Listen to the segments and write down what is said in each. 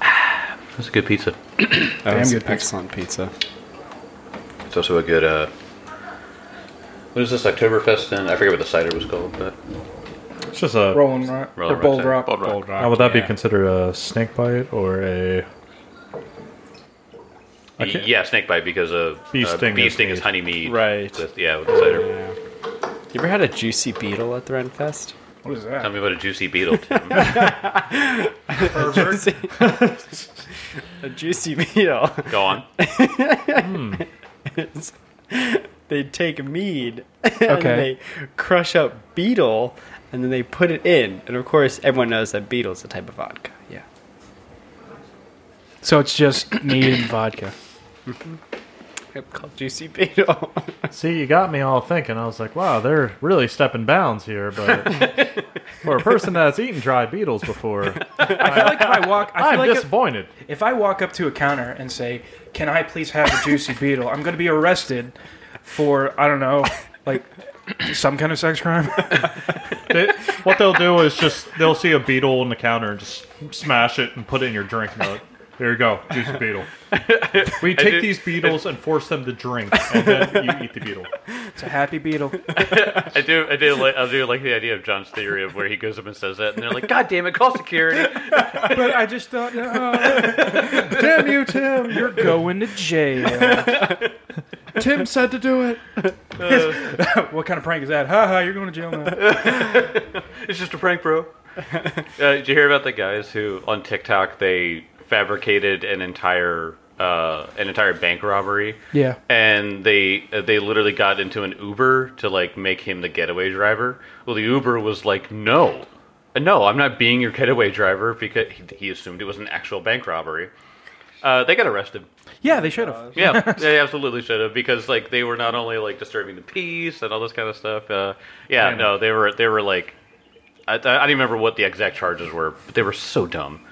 That's a good pizza. That Damn was good pizza. excellent pizza. It's also a good. Uh, what is this Oktoberfest? And I forget what the cider was called, but It's just a. Rolling Rock Rolling or Bold Rock Rock. Bold Rock. Now, would that yeah. Oh, be considered a snake bite or a? I can't- yeah, snake bite because a Bee uh, sting bee is sting is mead. honey mead, Right. With, yeah, with the cider. Yeah. You ever had a juicy beetle at the Renfest? What is Tell that? me about a juicy beetle. Tim. Juicy- a juicy beetle. Go on. they take mead and Okay. they crush up beetle and then they put it in. And of course, everyone knows that beetle's a type of vodka. Yeah. So it's just mead and vodka. Yep, called juicy beetle. See, you got me all thinking. I was like, wow, they're really stepping bounds here. But for a person that's eaten dried beetles before, I feel like if I walk, I I'm feel like if, disappointed. if I walk up to a counter and say, "Can I please have a juicy beetle?" I'm going to be arrested for I don't know, like some kind of sex crime. They, what they'll do is just they'll see a beetle on the counter and just smash it and put it in your drink. And they're like, there you go, juicy beetle. We take these beetles and force them to drink, and then you eat the beetle. It's a happy beetle. I do. I do. Like, I do like the idea of John's theory of where he goes up and says that, and they're like, "God damn it, call security." But I just thought, no. damn you, Tim, you're going to jail. Tim said to do it. what kind of prank is that? Ha ha, you're going to jail now. It's just a prank, bro. uh, did you hear about the guys who on TikTok they fabricated an entire uh, an entire bank robbery? Yeah. And they uh, they literally got into an Uber to like make him the getaway driver. Well, the Uber was like, "No, Uh, no, I'm not being your getaway driver," because he, he assumed it was an actual bank robbery. Uh, they got arrested. Yeah, they should have. Yeah, they absolutely should have because like they were not only like disturbing the peace and all this kind of stuff. Uh, yeah, no, they were they were like I, I don't even remember what the exact charges were, but they were so dumb.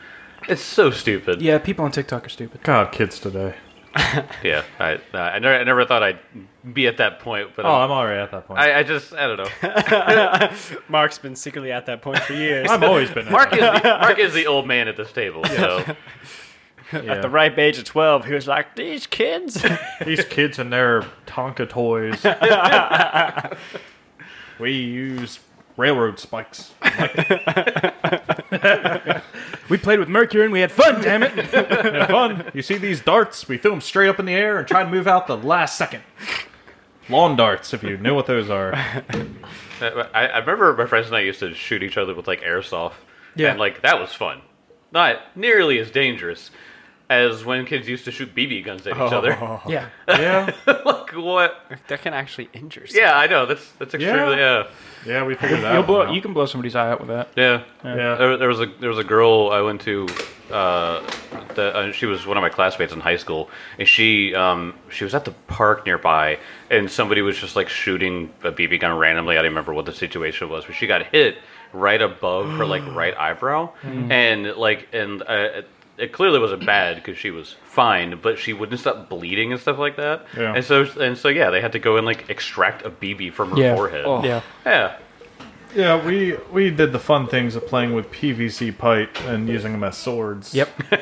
It's so stupid. Yeah, people on TikTok are stupid. God, kids today. Yeah, I uh, I, never, I never thought I'd be at that point, but Oh, um, I'm already at that point. I, I just I don't know. Mark's been secretly at that point for years. I've always been at Mark is the, Mark is the old man at this table, so that. At the Yeah. ripe age of 12, he was like, These kids. These kids and their Tonka toys. we use railroad spikes. We played with Mercury and we had fun, damn it. Have fun. You see these darts? We threw them straight up in the air and try to move out the last second. Lawn darts, if you knew what those are. Uh, I, I remember my friends and I used to shoot each other with like airsoft. Yeah. And like that was fun. Not nearly as dangerous as when kids used to shoot BB guns at Oh. each other. Yeah. Yeah, like what? that can actually injure someone. Yeah, I know. That's that's extremely yeah. yeah, we figured that. You'll out. blow, you can blow somebody's eye out with that. Yeah. yeah, Uh, There, there was a there was a girl I went to uh, the, uh, she was one of my classmates in high school and she um, she was at the park nearby and somebody was just like shooting a BB gun randomly I don't remember what the situation was but she got hit right above her like right eyebrow and like and uh, it- it clearly wasn't bad because she was fine but she wouldn't stop bleeding and stuff like that Yeah. and so and so yeah they had to go and like extract a BB from her Yeah. forehead Oh. Yeah. yeah yeah. We we did the fun things of playing with PVC pipe and using them as swords. Yep. Uh,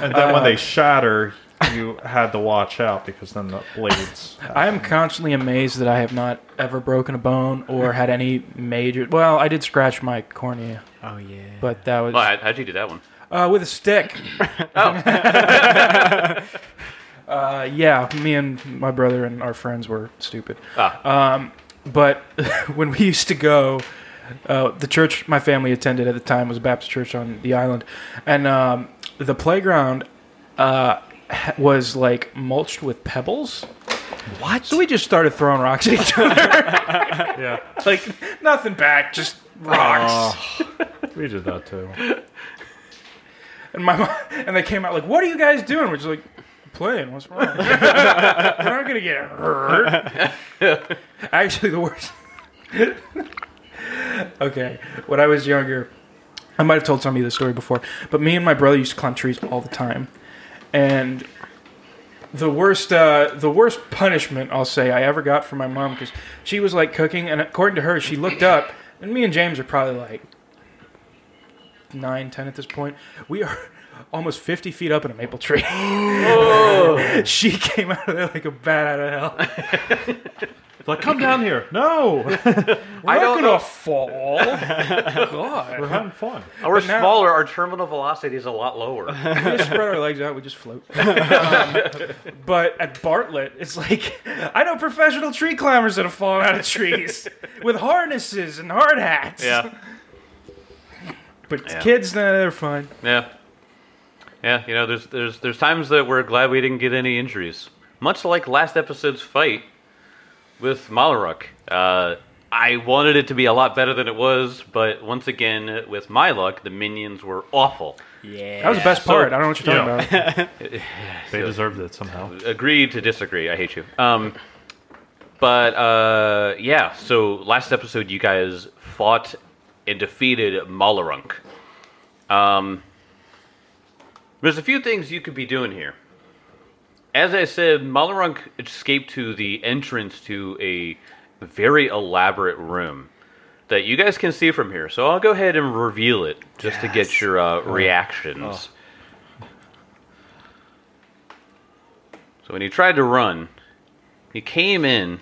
And then when they shatter, you had to watch out because then the blades. I am constantly amazed that I have not ever broken a bone or had any major. Well, I did scratch my cornea, Oh, yeah. but that was well, how- how'd you do that one uh, with a stick. oh. uh, yeah, me and my brother and our friends were stupid. Um, ah But when we used to go, uh, the church my family attended at the time was a Baptist church on the island, and um, the playground uh, ha- was like mulched with pebbles. What? So we just started throwing rocks at each other. Yeah, like nothing back, just rocks. we did that too. And my mom, and they came out like, "What are you guys doing?" We're just like, "Playing. What's wrong? We're not gonna get hurt." Actually, the worst. okay, when I was younger, I might have told somebody this story before, but me and my brother used to climb trees all the time, and the worst, uh, the worst punishment I'll say I ever got from my mom because she was like cooking, and according to her, she looked up, and me and James are probably like nine, ten at this point. We are almost 50 feet up in a maple tree. Oh. she came out of there like a bat out of hell. It's like, come down here. No, I'm not going to fall. God. we're having fun. We're now- smaller. Our terminal velocity is a lot lower. We just spread our legs out. We just float. Um, but at Bartlett, it's like I know professional tree climbers that have fallen out of trees with harnesses and hard hats. yeah, But Yeah. kids, nah, they're fine. yeah, yeah. You know, there's there's there's times that we're glad we didn't get any injuries. Much like last episode's fight with Malaruk. Uh, I wanted it to be a lot better than it was, but once again, with my luck, the minions were awful. Yeah. That was the best part. I don't know what you're talking about. They deserved it somehow. Agree to disagree. I hate you. Um, but uh, yeah. So last episode, you guys fought and defeated Malarunk. Um, there's a few things you could be doing here. As I said, Malarunk escaped to the entrance to a very elaborate room that you guys can see from here. So I'll go ahead and reveal it just to get your Oh. uh, reactions. So when he tried to run, he came in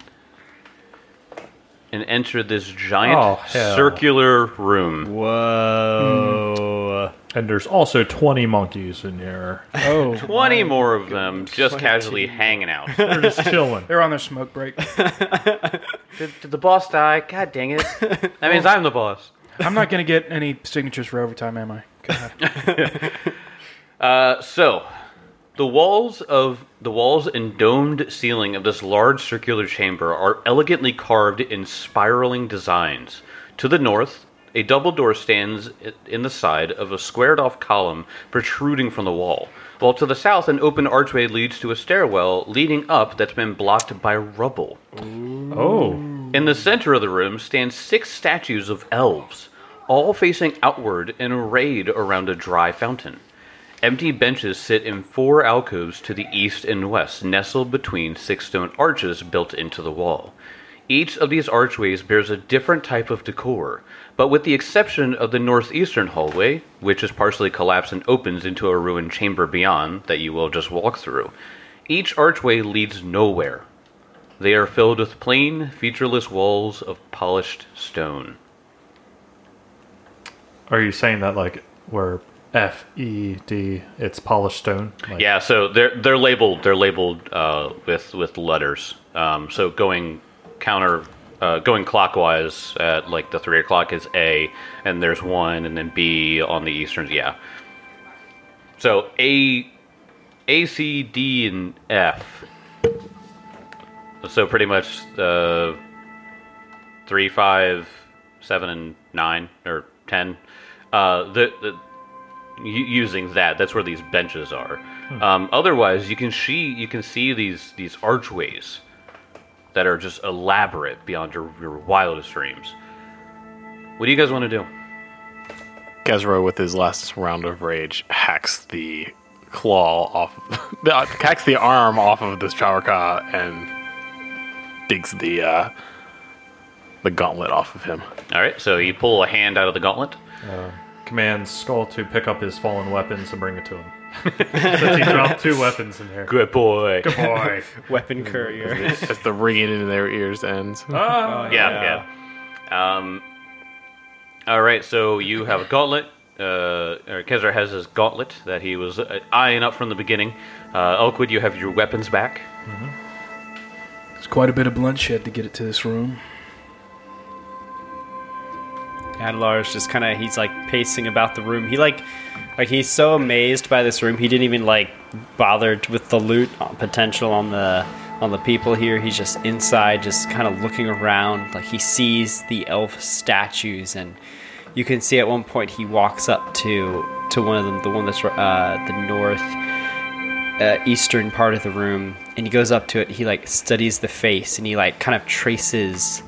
and entered this giant Oh, hell. circular room. Whoa. And there's also 20 monkeys in here. Oh, 20 more of them just casually hanging out. They're just chilling. they're on their smoke break. did, did the boss die? God dang it. That means I'm the boss. I'm not gonna get any signatures for overtime, am I? Uh, so, the walls of the walls and domed ceiling of this large circular chamber are elegantly carved in spiraling designs. To the north, a double door stands i- in the side of a squared-off column protruding from the wall. While to the south, an open archway leads to a stairwell leading up that's been blocked by rubble. Oh. In the center of the room stand six statues of elves, all facing outward and arrayed around a dry fountain. Empty benches sit in four alcoves to the east and west, nestled between six stone arches built into the wall. Each of these archways bears a different type of decor, but with the exception of the northeastern hallway, which is partially collapsed and opens into a ruined chamber beyond that you will just walk through, each archway leads nowhere, they are filled with plain, featureless walls of polished stone. Are you saying that, like, we're F E D, it's polished stone? Like, Yeah, so they're they're labeled they're labeled uh, with with letters. Um, so going counter, uh, going clockwise at like the three o'clock is A, and there's one, and then B on the eastern. Yeah. So A, A, C, D, and F. So pretty much uh, three, five, seven, and nine or ten. Uh, the, the u- using that. That's where these benches are. Um, otherwise, you can see you can see these these archways that are just elaborate beyond your, your wildest dreams. What do you guys want to do? Kezro, with his last round of rage, hacks the claw off, the, hacks the arm off of this Chaurka and digs the uh, the gauntlet off of him. All right, so you pull a hand out of the gauntlet. Commands Skull to pick up his fallen weapons and bring it to him. Since he dropped two weapons in there. Good boy. Good boy. Weapon courier. As the ringing in their ears ends. yeah, yeah. Um, all right, so you have a gauntlet. Uh, or Kezar has his gauntlet that he was uh, eyeing up from the beginning. Uh, Elkwood, you have your weapons back. It's quite a bit of bloodshed to get it to this room. Adelar's just kind of he's like pacing about the room. He like like he's so amazed by this room. He didn't even like bother t- with the loot on- potential on the on the people here. He's just inside, just kind of looking around. Like he sees the elf statues, and you can see at one point he walks up to to one of them, the one that's uh, the north uh, eastern part of the room and he goes up to it he like studies the face and he like kind of traces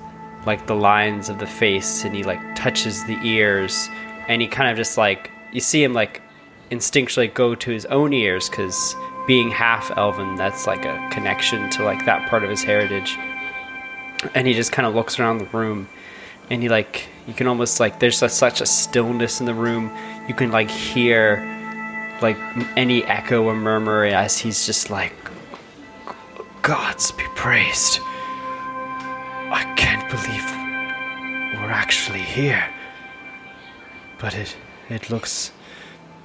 like the lines of the face and he like touches the ears and he kind of just like you see him like instinctually go to his own ears because being half elven that's like a connection to like that part of his heritage and he just kind of looks around the room and you like you can almost like there's a, such a stillness in the room. You can like hear like m- any echo or murmur as he's just like, "Gods be praised! I can't believe we're actually here." But it it looks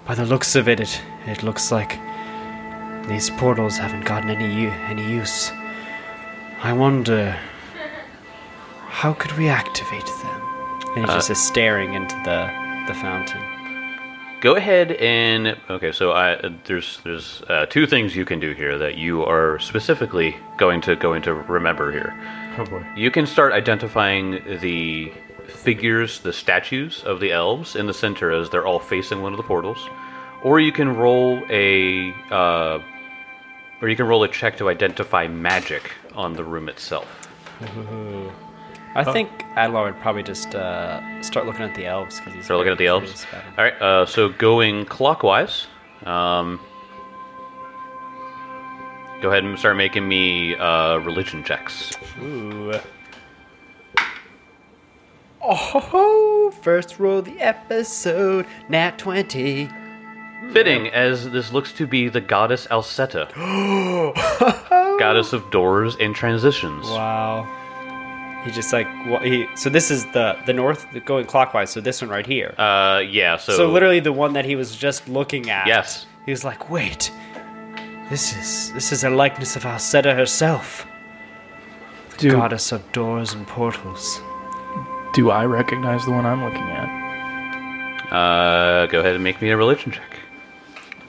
by the looks of it, it, it looks like these portals haven't gotten any u- any use. I wonder how could we activate them? And he's just staring into the the fountain. go ahead and okay so i there's there's uh, two things you can do here that you are specifically going to going to remember here Oh boy. you can start identifying the figures the statues of the elves in the center as they're all facing one of the portals or you can roll a uh, or you can roll a check to identify magic on the room itself I Oh. think Adlar would probably just uh, start looking at the elves because he's Start looking at the very elves. curious about 'em. All right. Uh, so going clockwise. Um, go ahead and start making me uh, religion checks. Ooh. Oh, ho, ho. first roll of the episode, nat twenty. Fitting, as this looks to be the goddess Alceta, goddess of doors and transitions. Wow. He just like wa- he. So this is the the north going clockwise. So this one right here. Uh, yeah. So, so, literally the one that he was just looking at. Yes. He was like, wait, this is this is a likeness of Alceta herself, Do, goddess of doors and portals. do I recognize the one I'm looking at? Uh, go ahead and make me a religion check.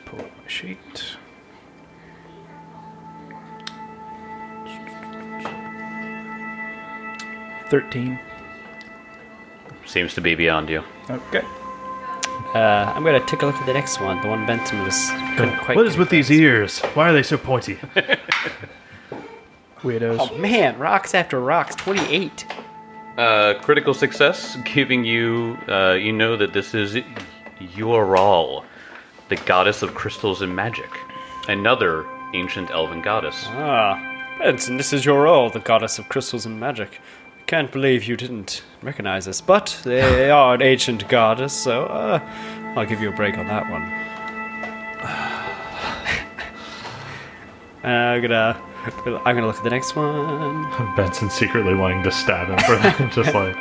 Pull up my sheet. Thirteen. Seems to be beyond you. Okay. Uh, I'm gonna take a look at the next one, the one Benson was couldn't quite. What is with these ears? Why are they so pointy? Weirdos. Oh man, rocks after rocks, 28. Uh, critical success, giving you, uh, you know that this is Ural, the goddess of crystals and magic, another ancient elven goddess. Ah, Benson, this is your role, the goddess of crystals and magic. I can't believe you didn't recognize us, but they are an ancient goddess, so uh, I'll give you a break on that one. Uh, I'm gonna, I'm gonna look at the next one. Benson secretly wanting to stab him for that. Just like,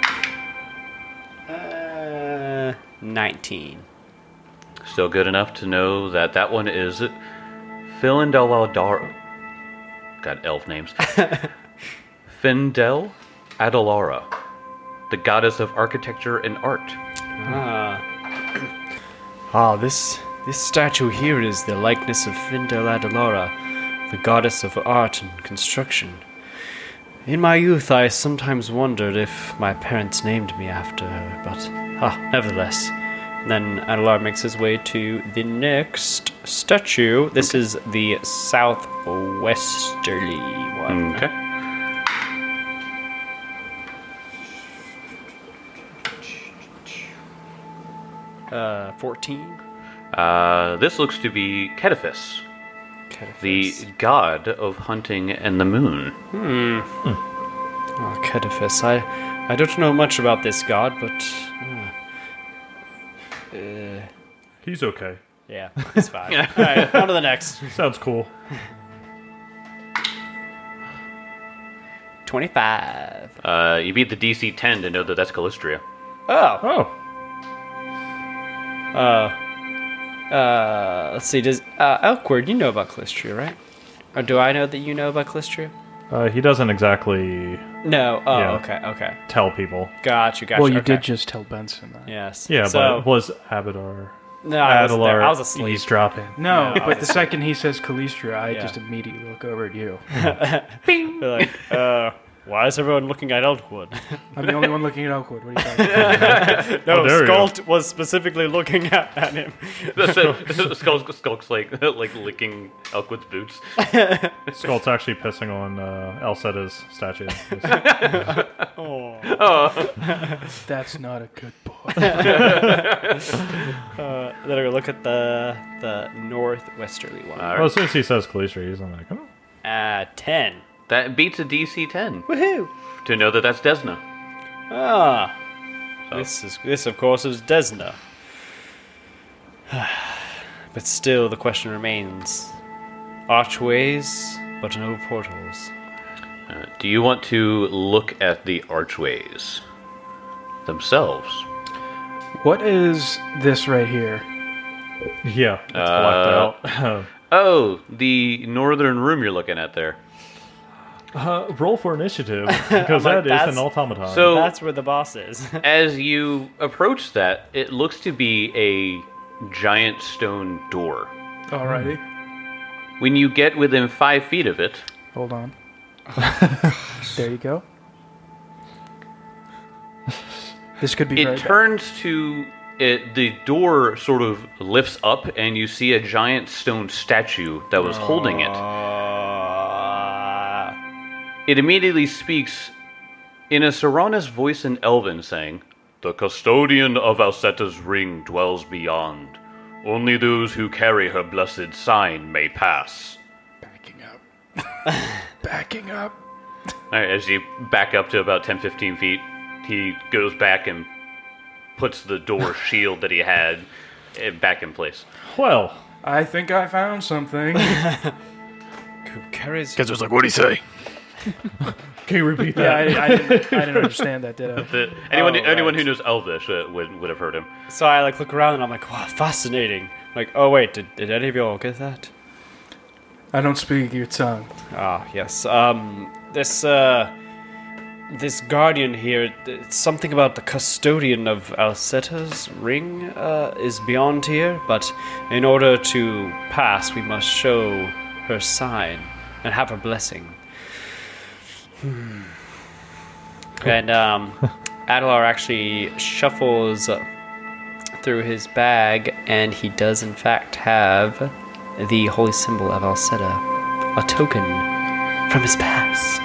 Uh, 19. Still good enough to know that that one is Philindel Aldar. Got elf names. Findel Adalara, the goddess of architecture and art. Ah, this this statue here is the likeness of Findel Adelora, the goddess of art and construction. In my youth, I sometimes wondered if my parents named me after her, but ah, nevertheless. Then Adelar makes his way to the next statue. This is the southwesterly Hmm. one. Okay. Uh, 14. Uh, this looks to be Cetaphis, the god of hunting and the moon. Ah, Cetaphis. I, I don't know much about this god, but uh, he's okay. yeah, it's fine. All right, on to the next. Sounds cool. Twenty-five. Uh, you beat the DC 10 to know that that's Callistria. Oh, Oh, uh, let's see. Does uh, Elkward, you know about Calistria, right? Or do I know that you know about Calistria? uh, he doesn't exactly No. Oh, Yeah. okay, okay. tell people. Gotcha, gotcha. well, you okay. did just tell Benson that. Yes. Yeah, but so, it was Abadar. no, I wasn't there. I was asleep. eavesdropping. No, but the second he says Calistria, I Yeah. just immediately look over at you. They're like, uh, why is everyone looking at Elkwood? Oh, I'm the only one looking at Oakwood. What are you talking about? no, there you Skolt was specifically looking at, at him. Skulk's, Skulk's like, like licking Elkwood's boots. Skull's actually pissing on uh, Elseta's statue. That's not a good boy. Uh, then I go look at the the northwesterly one. All well, right. as soon as he says Khaleesi, he's like, oh. Uh, ten. That beats a DC 10 Woohoo! to know that that's Desna. Ah, So This is this, of course, is Desna. but still, the question remains: archways, but no portals. uh, do you want to look at the archways themselves? What is this right here? Yeah, it's blacked out. Oh, the northern room you're looking at there. Uh, roll for initiative because like, that is that's- an automaton. So- Oh, That's where the boss is. As you approach that, it looks to be a giant stone door. Alrighty. When you get within five feet of it, Hold on. there you go. This could be it very bad. turns to it, the door sort of lifts up and you see a giant stone statue that was holding it Ah. it immediately speaks in a serana's voice in elven saying the custodian of alseta's ring dwells beyond only those who carry her blessed sign may pass Backing up. Backing up. All right, as you back up to about 10 15 feet he goes back and puts the door shield that he had eh, back in place well, I think I found something. Who carries? Kezra's like, what'd he say? can you repeat yeah, that? I, I, didn't, I didn't understand that, did I? The- anyone, Oh, anyone right. who knows Elvish uh, would, would have heard him. So I like look around and I'm like, wow, fascinating. Like, oh wait, did, did any of y'all get that? I don't speak your tongue. Ah, yes. Um, this uh, this guardian here, th- something about the custodian of Alceta's ring uh, is beyond here. But in order to pass, we must show her sign and have her blessing. Hmm. And um, Adelar actually shuffles through his bag, and he does in fact have the holy symbol of Alceta a token from his past.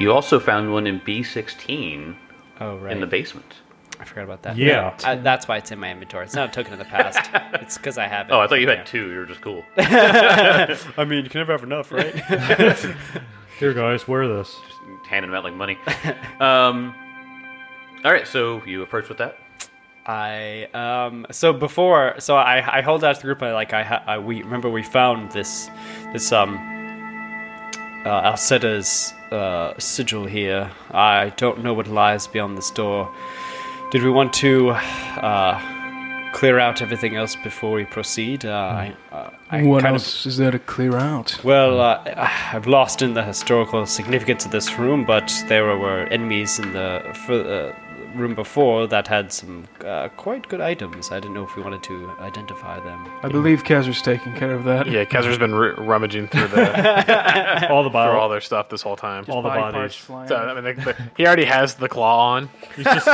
You also found one in B16 Oh right, in the basement. I forgot about that. Yeah. Uh, that's why it's in my inventory. It's not a token of the past. it's because I have it. Oh, I thought you had two. You were just cool. I mean, you can never have enough, right? Here, guys, wear this. Handing them out like money. Um, all right, so you approach with that. I um so before so I I hold out to the group I like I, ha- I we remember we found this this um uh, Alcetta's uh, sigil here. I don't know what lies beyond this door. Did we want to uh, clear out everything else before we proceed? Uh, I, uh, I what kind of- else is there to clear out? Well, uh, I've lost in the historical significance of this room, but there were enemies in the f- uh, room before that had some uh, quite good items. I didn't know if we wanted to identify them. I believe Kezra's taking care of that. Yeah, Kezra's been r- rummaging through the All the through bio, all their stuff this whole time. all the Body bodies. parts flying. So, I mean, the, the, he already has the claw on. He's just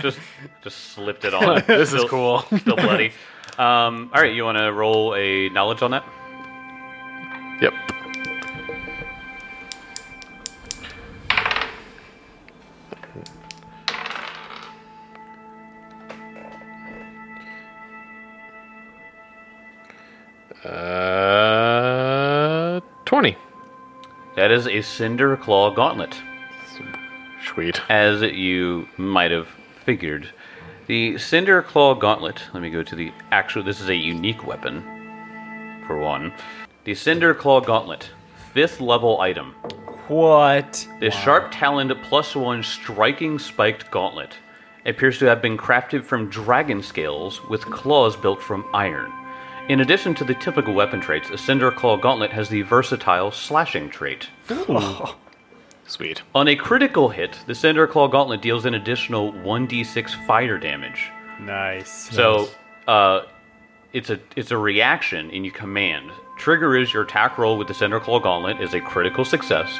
Just just slipped it on. This is Still- cool. Still bloody. Um, all right, you want to roll a knowledge on that? Yep. Uh, 20. That is a Cinder Claw Gauntlet. Sweet. as you might have figured. The Cinder Claw Gauntlet, let me go to the actual, this is a unique weapon, for one. The Cinder Claw Gauntlet, fifth level item. What? This sharp taloned plus one striking spiked gauntlet appears to have been crafted from dragon scales with claws built from iron. In addition to the typical weapon traits, a Cinder Claw Gauntlet has the versatile slashing trait. Sweet. On a critical hit, the Cinder Claw Gauntlet deals an additional 1d6 fire damage. Nice. So, uh, it's a it's a reaction in your command. Trigger is your attack roll with the Cinder Claw Gauntlet is a critical success.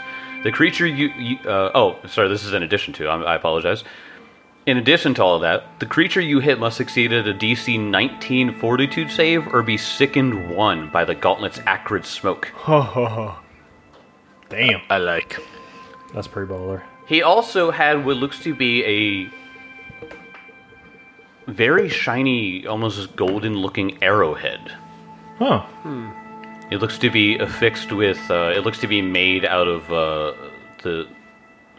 The creature you, you uh, oh sorry, this is in addition to. I, I apologize. In addition to all of that, the creature you hit must succeed at a DC 19 Fortitude save or be sickened one by the Gauntlet's acrid smoke. damn. I like. That's pretty baller. He also had what looks to be a very shiny, almost golden looking arrowhead. Huh. It looks to be affixed with, uh, it looks to be made out of uh, the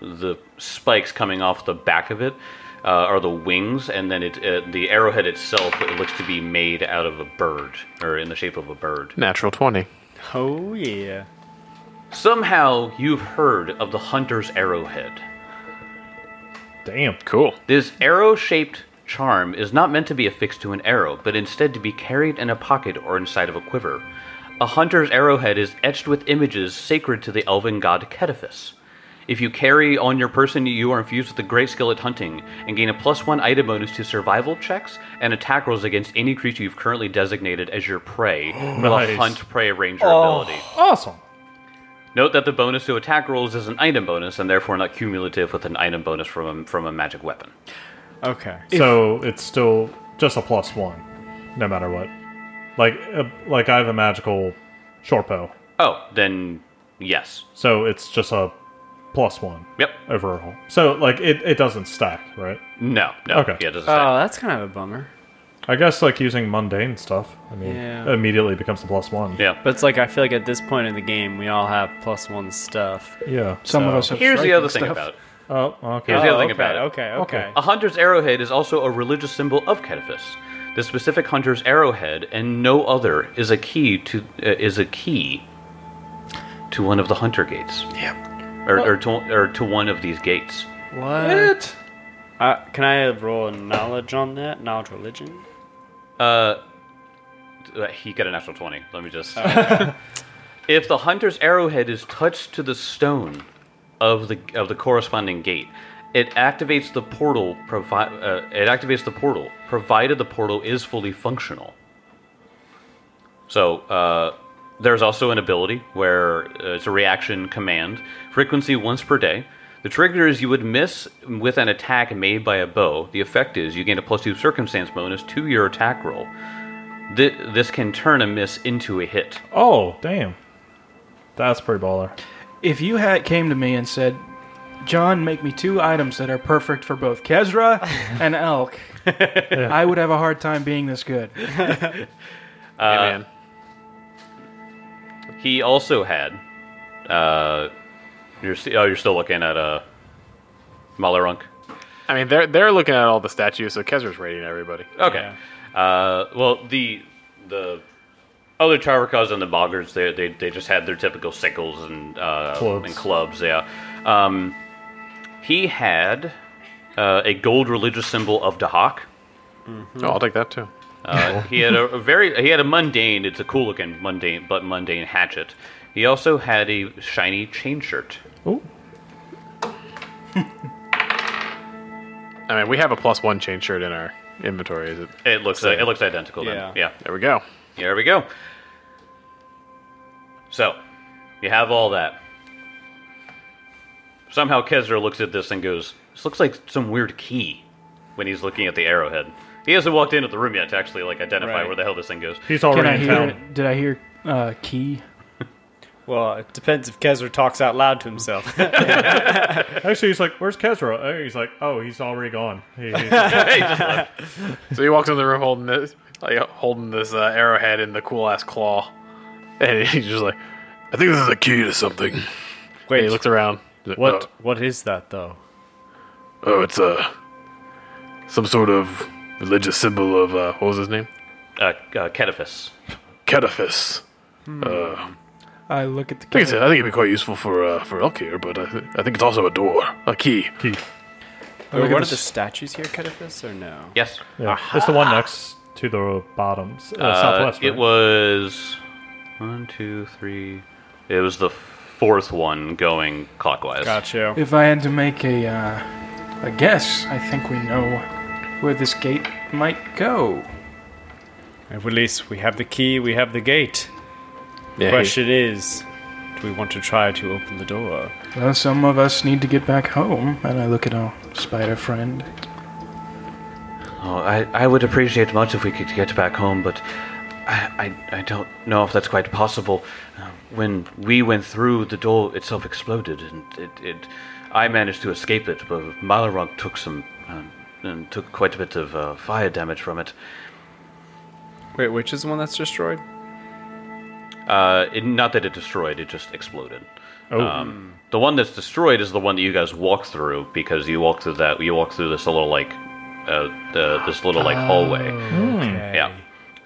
the spikes coming off the back of it uh, are the wings, and then it uh, the arrowhead itself it looks to be made out of a bird or in the shape of a bird. Natural 20. Oh yeah. Somehow you've heard of the hunter's arrowhead. Damn. Cool. This arrow shaped charm is not meant to be affixed to an arrow, but instead to be carried in a pocket or inside of a quiver. A hunter's arrowhead is etched with images sacred to the elven god Cetaphis. If you carry on your person, you are infused with a great skill at hunting and gain a plus one item bonus to survival checks and attack rolls against any creature you've currently designated as your prey with a Nice. Oh, hunt prey ranger ability. Awesome. Note that the bonus to attack rolls is an item bonus and therefore not cumulative with an item bonus from a, from a magic weapon. Okay. so it's still just a plus one, no matter what. Like, uh, like I have a magical short bow, Oh, then yes. so it's just a plus one Yep. overall. So like it, it doesn't stack, right? No. No. Okay. Yeah, it doesn't Oh, that's kind of a bummer. I guess like using mundane stuff. I mean, Yeah. immediately becomes a plus one. say. Yeah. But it's like I feel like at this point in the game, we all have plus one stuff. Yeah. Some of us have Here's the striking other thing stuff. about it. Oh, Here's okay. the other thing okay, about it. okay, okay, Okay. A hunter's arrowhead is also a religious symbol of Cetaphis. The specific hunter's arrowhead and no other is a key to uh, is a key to one of the hunter gates. Yeah. Or, or, to, or to one of these gates. What? Uh, can I roll a knowledge on that? Knowledge religion? Uh, he got a natural 20. Let me just. if the hunter's arrowhead is touched to the stone of the of the corresponding gate, it activates the portal. Provi- uh, it activates the portal, provided the portal is fully functional. So uh, there's also an ability where uh, it's a reaction command, frequency once per day. The trigger is you would miss with an attack made by a bow. The effect is you gain a plus two circumstance bonus to your attack roll. Th- this can turn a miss into a hit. Oh, damn. That's pretty baller. If you had came to me and said, "John, make me two items that are perfect for both Kesra and elk," I would have a hard time being this good. hey, man. He also had. Uh, you're st- oh, you're still looking at uh, Malarunk. I mean, they're they're looking at all the statues, so Kezra's raiding everybody. Okay. Uh, well, the the other Charvakas and the Boggers, they, they they just had their typical sickles and uh, Clubs. and clubs. Yeah. Um, he had uh, a gold religious symbol of Dahak. Oh, I'll take that too. Uh, he had a, a very he had a mundane. It's a cool looking mundane, but mundane hatchet. He also had a shiny chain shirt. Ooh. I mean, we have a plus one chain shirt in our inventory. Is it? It looks it looks identical. Yeah. Then. yeah. There we go. There we go. So, you have all that. Somehow Kesra looks at this and goes, "This looks like some weird key." When he's looking at the arrowhead, he hasn't walked into the room yet to actually like identify Right. where the hell this thing goes. He's Can I already in hear? town. Did I hear uh, key? Well, it depends if Kesra talks out loud to himself. Actually, he's like, "Where's Kezra?" Oh, he's like, "Oh, he's already gone." He- he- Hey, just left. So he walks in the room holding this, like holding this uh, arrowhead in the cool ass claw, and he's just like, "I think this is a key to something." And Wait, he looks around. He's like, what? What is that though? Oh, oh, it's uh, some sort of religious symbol of uh, what was his name? uh, uh, Cetaphis. Cataphis. I look at the. I think, it's, I think it'd be quite useful for uh, for elk here, but I, th- I think it's also a door, a key. Or at what are this- the statues here, Cetaphis, or no? Yes, yeah. It's the one next to the bottoms, uh, southwest. It right? was one, two, three. It was the fourth one going clockwise. Gotcha. If I had to make a uh, a guess, I think we know where this gate might go. At least we have the key. We have the gate. Yeah, Question is, do we want to try to open the door? Well, some of us need to get back home, and I look at our spider friend. Oh, I, I would appreciate much if we could get back home, but I, I, I don't know if that's quite possible. Uh, when we went through, the door itself exploded, and it, it I managed to escape it, but Malarunk took some um, and took quite a bit of uh, fire damage from it. Wait, which is the one that's destroyed? Uh, it. Not that it destroyed, it just exploded. Oh, The one that's destroyed is the one that you guys walk through because you walk through that you walk through this little like uh, the, this little like hallway. Okay. Yeah.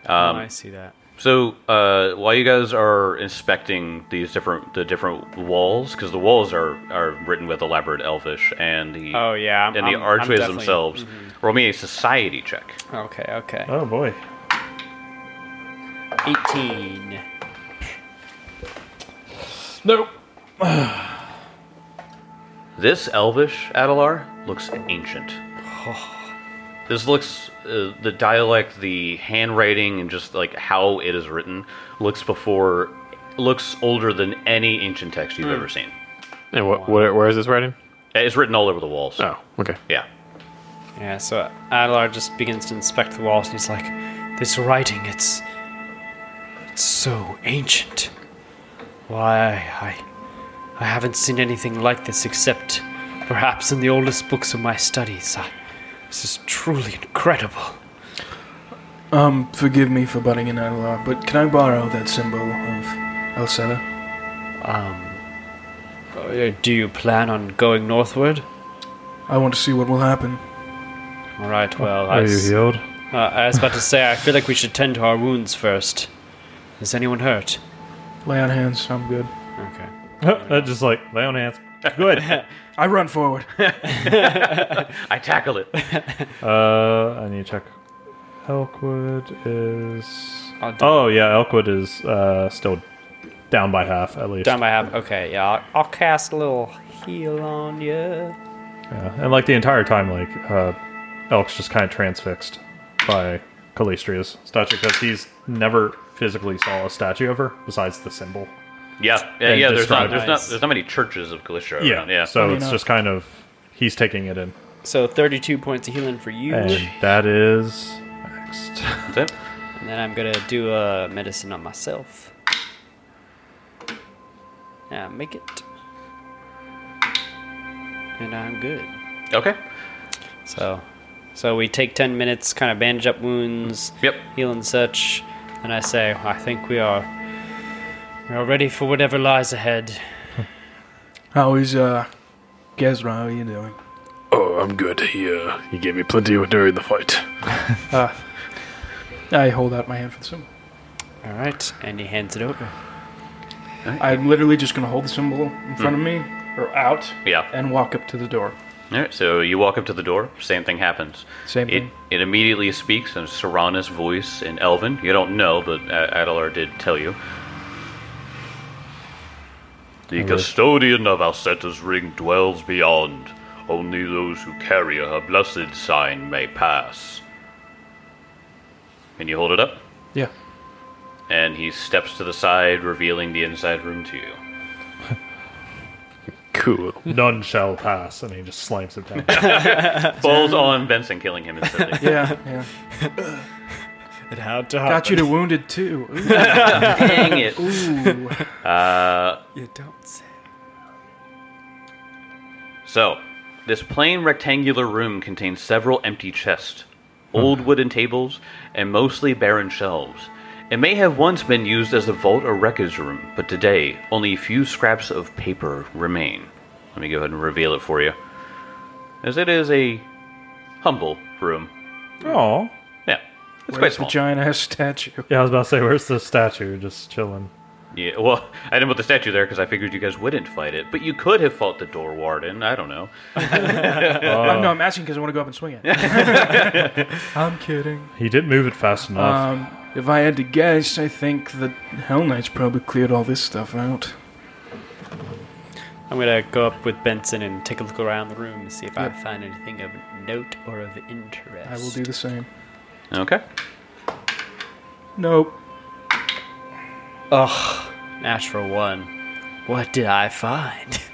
Oh, I see that. So uh, while you guys are inspecting these different the different walls, because the walls are, are written with elaborate Elvish, and the Oh, yeah, I'm- and I'm- the I'm archways definitely- Mm-hmm. themselves, roll me a society check. Okay, okay. oh boy. 18. Nope. This Elvish Adalar looks ancient. Oh. This looks uh, the dialect, the handwriting, and just like how it is written looks before looks older than any ancient text you've ever Hmm. seen. And what, where, where is this writing? It's written all over the walls. Oh, okay. Yeah. Yeah, so Adelar just begins to inspect the walls and he's like, This writing, it's. It's so ancient. Why, I. I haven't seen anything like this except perhaps in the oldest books of my studies. I, this is truly incredible. Um, forgive me for butting in, Adelar, but can I borrow that symbol of Elseta? Oh, Uh, Do you plan on going northward? I want to see what will happen. All right, well, I, Oh, Are you s- healed? uh, I was about to say, I feel like we should tend to our wounds first. Is anyone hurt? Lay on hands. I'm good. Okay. That just like lay on hands. Good. I run forward. I tackled it. Uh, I need to check. Elkwood is. I'll do- Oh yeah, Elkwood is uh still down by half at least. Down by half. Okay, yeah. I'll, I'll cast a little heal on you. Yeah. And like the entire time, like uh, Elk's just kind of transfixed by Calistria's statue because he's never physically saw a statue of her besides the symbol. Yeah, yeah, And yeah. There's not, describe- there's not, Nice. there's not many churches of Galicia around. Yeah, So Funny it's enough. just kind of he's taking it in, So 32 points of healing for you. and that is next. That's it. And then I'm going to do a medicine on myself. Yeah, make it. And I'm good. Okay. So, so we take 10 minutes, kind of bandage up wounds, Yep. heal and such. And I say, I think we are, we are ready for whatever lies ahead. How is uh, Gezra? How are you doing? Oh, I'm good. He, uh, he gave me plenty during the fight. I hold out my hand for the symbol. All right. And he hands it over. I'm literally just gonna hold the symbol in front of me or out Hmm. Yeah. and walk up to the door. All right. So you walk up to the door. Same thing happens. Same It thing. it immediately speaks in Serana's voice in Elven. You don't know, but A- Adalar did tell you. The custodian of Alceta's ring dwells beyond. Only those who carry her blessed sign may pass. And you hold it up, Yeah. and he steps to the side, revealing the inside room to you. Cool. None shall pass, and he just slams it down. Falls on Benson, killing him instantly. Yeah, yeah. It had to Got you to wounded too. Dang it. Ooh. You don't say. So, this plain rectangular room contains several empty chests, old wooden tables, and mostly barren shelves. It may have once been used as a vault or wreckage room, but today only a few scraps of paper remain. Let me go ahead and reveal it for you. As it is a humble room. Oh. Yeah. It's quite Where's the small. giant ass statue? Yeah, I was about to say, where's the statue? Just chilling. yeah, well, I didn't put the statue there because I figured you guys wouldn't fight it, but you could have fought the door warden. I don't know. Uh, no, I'm asking because I want to go up and swing it. I'm kidding. He didn't move it fast enough. Um, if I had to guess, I think the Hell Knights probably cleared all this stuff out. I'm gonna go up with Benson and take a look around the room and see if I find anything of note or of interest. I will do the same. Okay. Nope. Ugh, natural one. What did I find?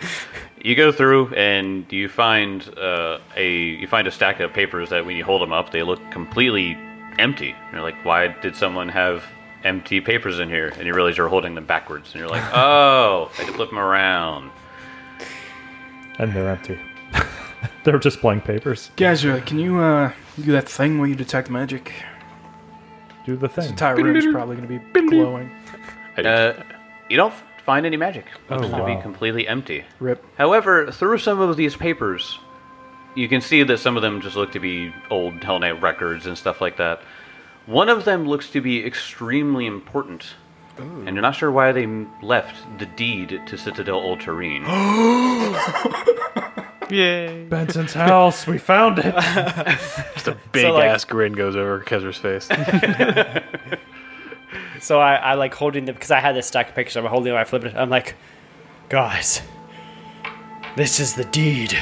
You go through and you find uh, a you find a stack of papers that when you hold them up, they look completely empty. You're like, why did someone have empty papers in here? And you realize you're holding them backwards, and you're like, oh, I can flip them around. and they're empty. they're just blank papers. Gazra, can you uh, do that thing where you detect magic? Do the thing. The entire room's probably going to be glowing. Uh, you don't find any magic. Looks to be wow. completely empty. Rip. However, through some of these papers, you can see that some of them just look to be old Hell Knight records and stuff like that. One of them looks to be extremely important, and you're not sure why they m- left the deed to Citadel Old Terrain. Yay. Benson's house. We found it. Just a big like- ass grin goes over Kezra's face. So I, I like holding them because I had this stack of pictures. I'm holding them. I flip it. I'm like, guys, this is the deed.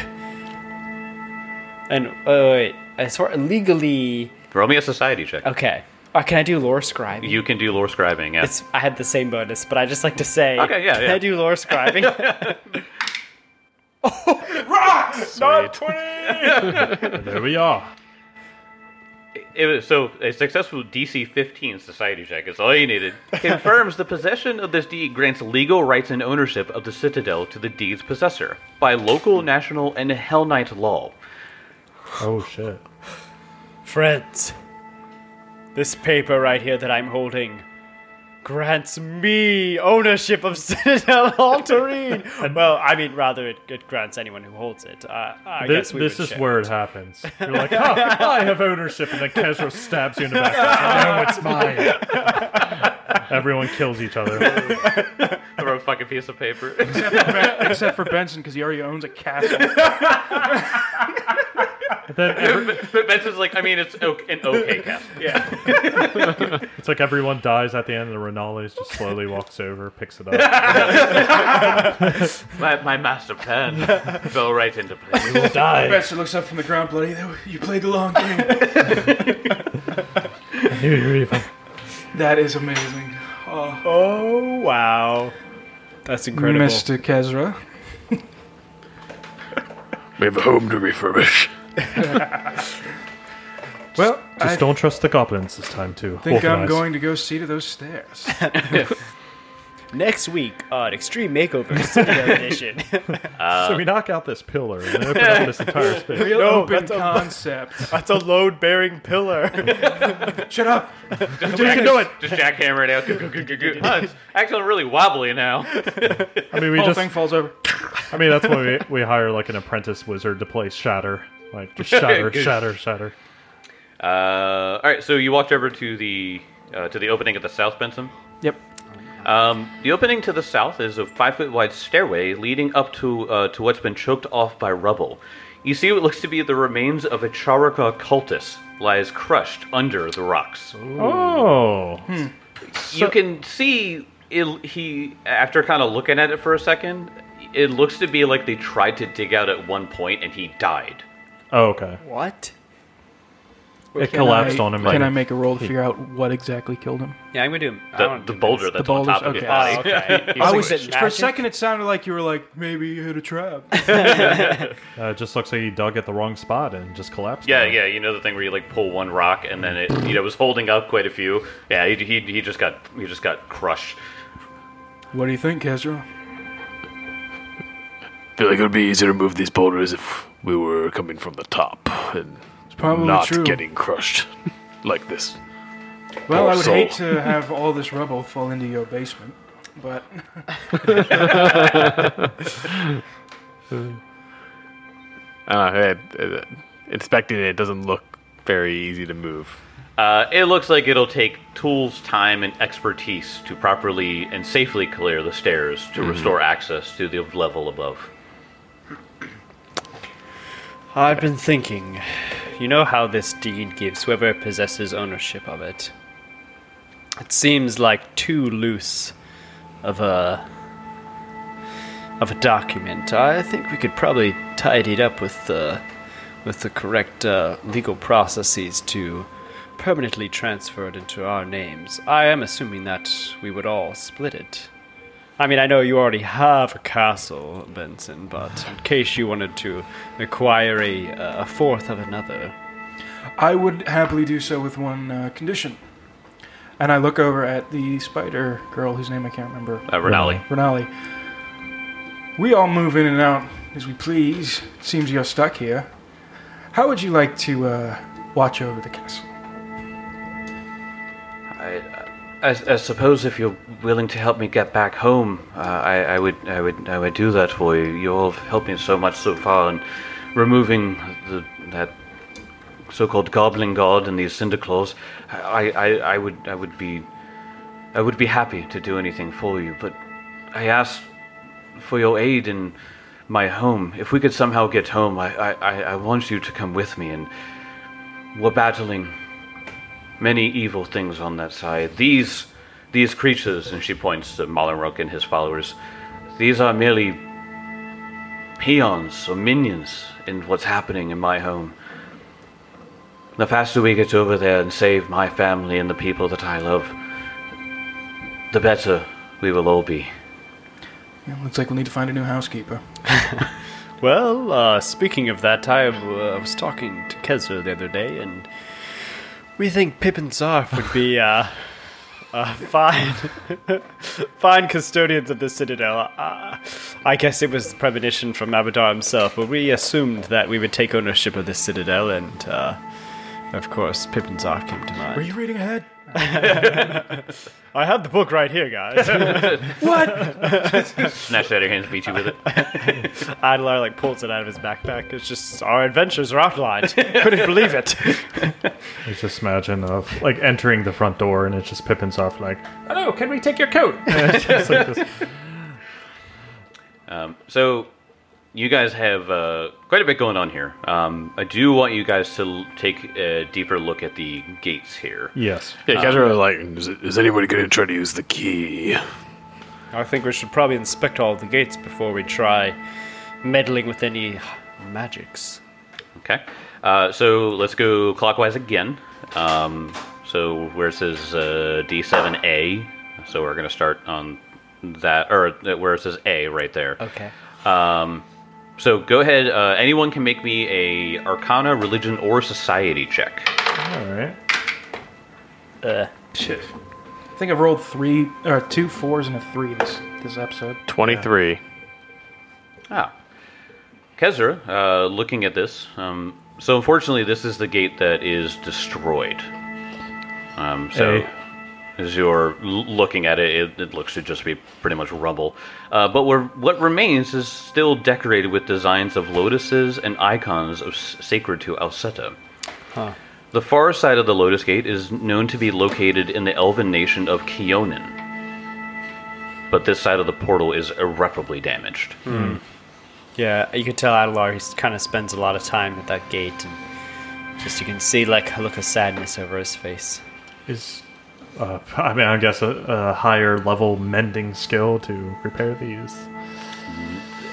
And oh wait, I swear legally. Roll me a society check. Okay. Uh, can I do lore scribe? You can do lore scribing. Yeah. It's, I had the same bonus, but I just like to say. Okay, yeah, Can yeah. I do lore scribing? Sweet. There we are. It was, so a successful DC 15 society check is all you needed. Confirms the possession of this deed grants legal rights and ownership of the Citadel to the deed's possessor by local, national, and Hell Knight law. Oh shit. Friends, this paper right here that I'm holding grants me ownership of Citadel Alterine. well, I mean, rather, it, it grants anyone who holds it. Uh, I This, guess we this would is share. where it happens. You're like, oh, I have ownership, and then Kezra stabs you in the back. No, it's mine. Everyone kills each other. Throw a fucking piece of paper. Except for Benson, because he already owns a castle. Then every, but Benson's like, I mean, it's okay, an okay cast. it's like everyone dies at the end, and Renales just slowly walks over, picks it up. My, my master plan fell right into place. Die. Benson looks up from the ground, bloody. You played the long game. that is amazing. Oh, Oh, wow. That's incredible. Mr. Kezra. We have a home to refurbish. Well, I Just don't trust the goblins this time, too. think Wolfen I'm eyes. going to go see to those stairs. Next week on Extreme Makeover Citadel Edition. so we knock out this pillar and open up this entire space. Real No, open that's a- concept. Uh, That's a load bearing pillar. Shut up. Just, can do it. Just jackhammer it out. Go, go, go, go, go. Huh, it's actually really wobbly now. I mean, we Whole just. thing falls over. I mean, that's why we, we hire like an apprentice wizard to play Shatter. Like just shatter, Good. shatter, shatter. Uh, all right, so you walked over to the uh, to the opening at the south, Benson. Yep. Um, the opening to the south is a five foot wide stairway leading up to uh, to what's been choked off by rubble. You see what looks to be the remains of a Charaka cultus lies crushed under the rocks. Oh, Hmm. you can see it, he after kind of looking at it for a second. It looks to be like they tried to dig out at one point and he died. oh okay. what? It collapsed on him. Can later. I make a roll to figure out what exactly killed him? Yeah, I'm gonna do. him. I The, wanna the do boulder this. that's The on top of his boulders? Okay. body. Oh, okay. I So was- is it For a magic? second, it sounded like you were like, maybe you hit a trap. Uh, it just looks like he dug at the wrong spot and just collapsed. Yeah, on it. yeah, you know the thing where you like pull one rock and then it you know was holding up quite a few. Yeah, he, he, he just got he just got crushed. what do you think, Kezra? feel like it would be easier to move these boulders if we were coming from the top and It's probably not true. getting crushed like this. well, poor I would soul. hate to have all this rubble fall into your basement, but I don't know. It, it, Uh, inspecting it doesn't look very easy to move. Uh, it looks like it'll take tools, time, and expertise to properly and safely clear the stairs to Mm-hmm. restore access to the level above. I've been thinking. You know how this deed gives whoever possesses ownership of it. It seems like too loose of a of a document. I think we could probably tidy it up with the with the correct uh, legal processes to permanently transfer it into our names. I am assuming that we would all split it. I mean, I know you already have a castle, Benson, but in case you wanted to acquire a, uh, a fourth of another. I would happily do so with one uh, condition. And I look over at the spider girl, whose name I can't remember, Uh, Renali. Renali. We all move in and out as we please. Seems you're stuck here. How would you like to uh, watch over the castle? I, I, I suppose if you're willing to help me get back home, uh, I, I would, I would, I would do that for you. You all have helped me so much so far, and removing the, that so-called goblin god and these cinder claws, I, I, I would, I would be, I would be happy to do anything for you. But I asked for your aid in my home. If we could somehow get home, I, I, I, I want you to come with me. And we're battling many evil things on that side. These, these creatures, and she points to Malinrock and his followers. These are merely peons or minions in what's happening in my home. The faster we get over there and save my family and the people that I love, the better we will all be. Yeah, looks like we'll need to find a new housekeeper. Well, uh, speaking of that, I, uh, I was talking to Kezra the other day, and we think Pippin Zarf would be uh, uh, fine, fine custodians of the Citadel. Uh, I guess it was premonition from Abadar himself, but we assumed that we would take ownership of the Citadel, and uh, of course, Pippin Zarf came to mind. Are you reading ahead? I have the book right here, guys. What? Snatch that out of your hands, beat you with it. Adler like pulls it out of his backpack. It's just our adventures are outlined. Couldn't believe it. It's just imagine of like entering the front door and it's just Pippin's off like, hello, can we take your coat? And it's just like this. So, you guys have uh, quite a bit going on here. Um, I do want you guys to l- take a deeper look at the gates here. Yes. Yeah, Kezra was like, is, is anybody going to try to use the key? I think we should probably inspect all the gates before we try meddling with any magics. Okay. Uh, so let's go clockwise again. Um, so where it says uh, D7A, so we're going to start on that, or uh, where it says A right there. Okay. So go ahead. Uh, anyone can make me a Arcana, Religion, or Society check. All right. I think I've rolled three or two fours and a three this this episode. 23. Ah. Kezra, uh, looking at this, um, so unfortunately, this is the gate that is destroyed. Um, so, Hey. as you're l- looking at it, it, it looks to just be pretty much rubble. Uh, but where, what remains is still decorated with designs of lotuses and icons of s- sacred to Alceta. The far side of the Lotus Gate is known to be located in the elven nation of Keonan. But this side of the portal is irreparably damaged. Yeah, you can tell Adelar he kind of spends a lot of time at that gate, and just you can see like a look of sadness over his face. Is, uh, I mean, I guess a, a higher level mending skill to repair these.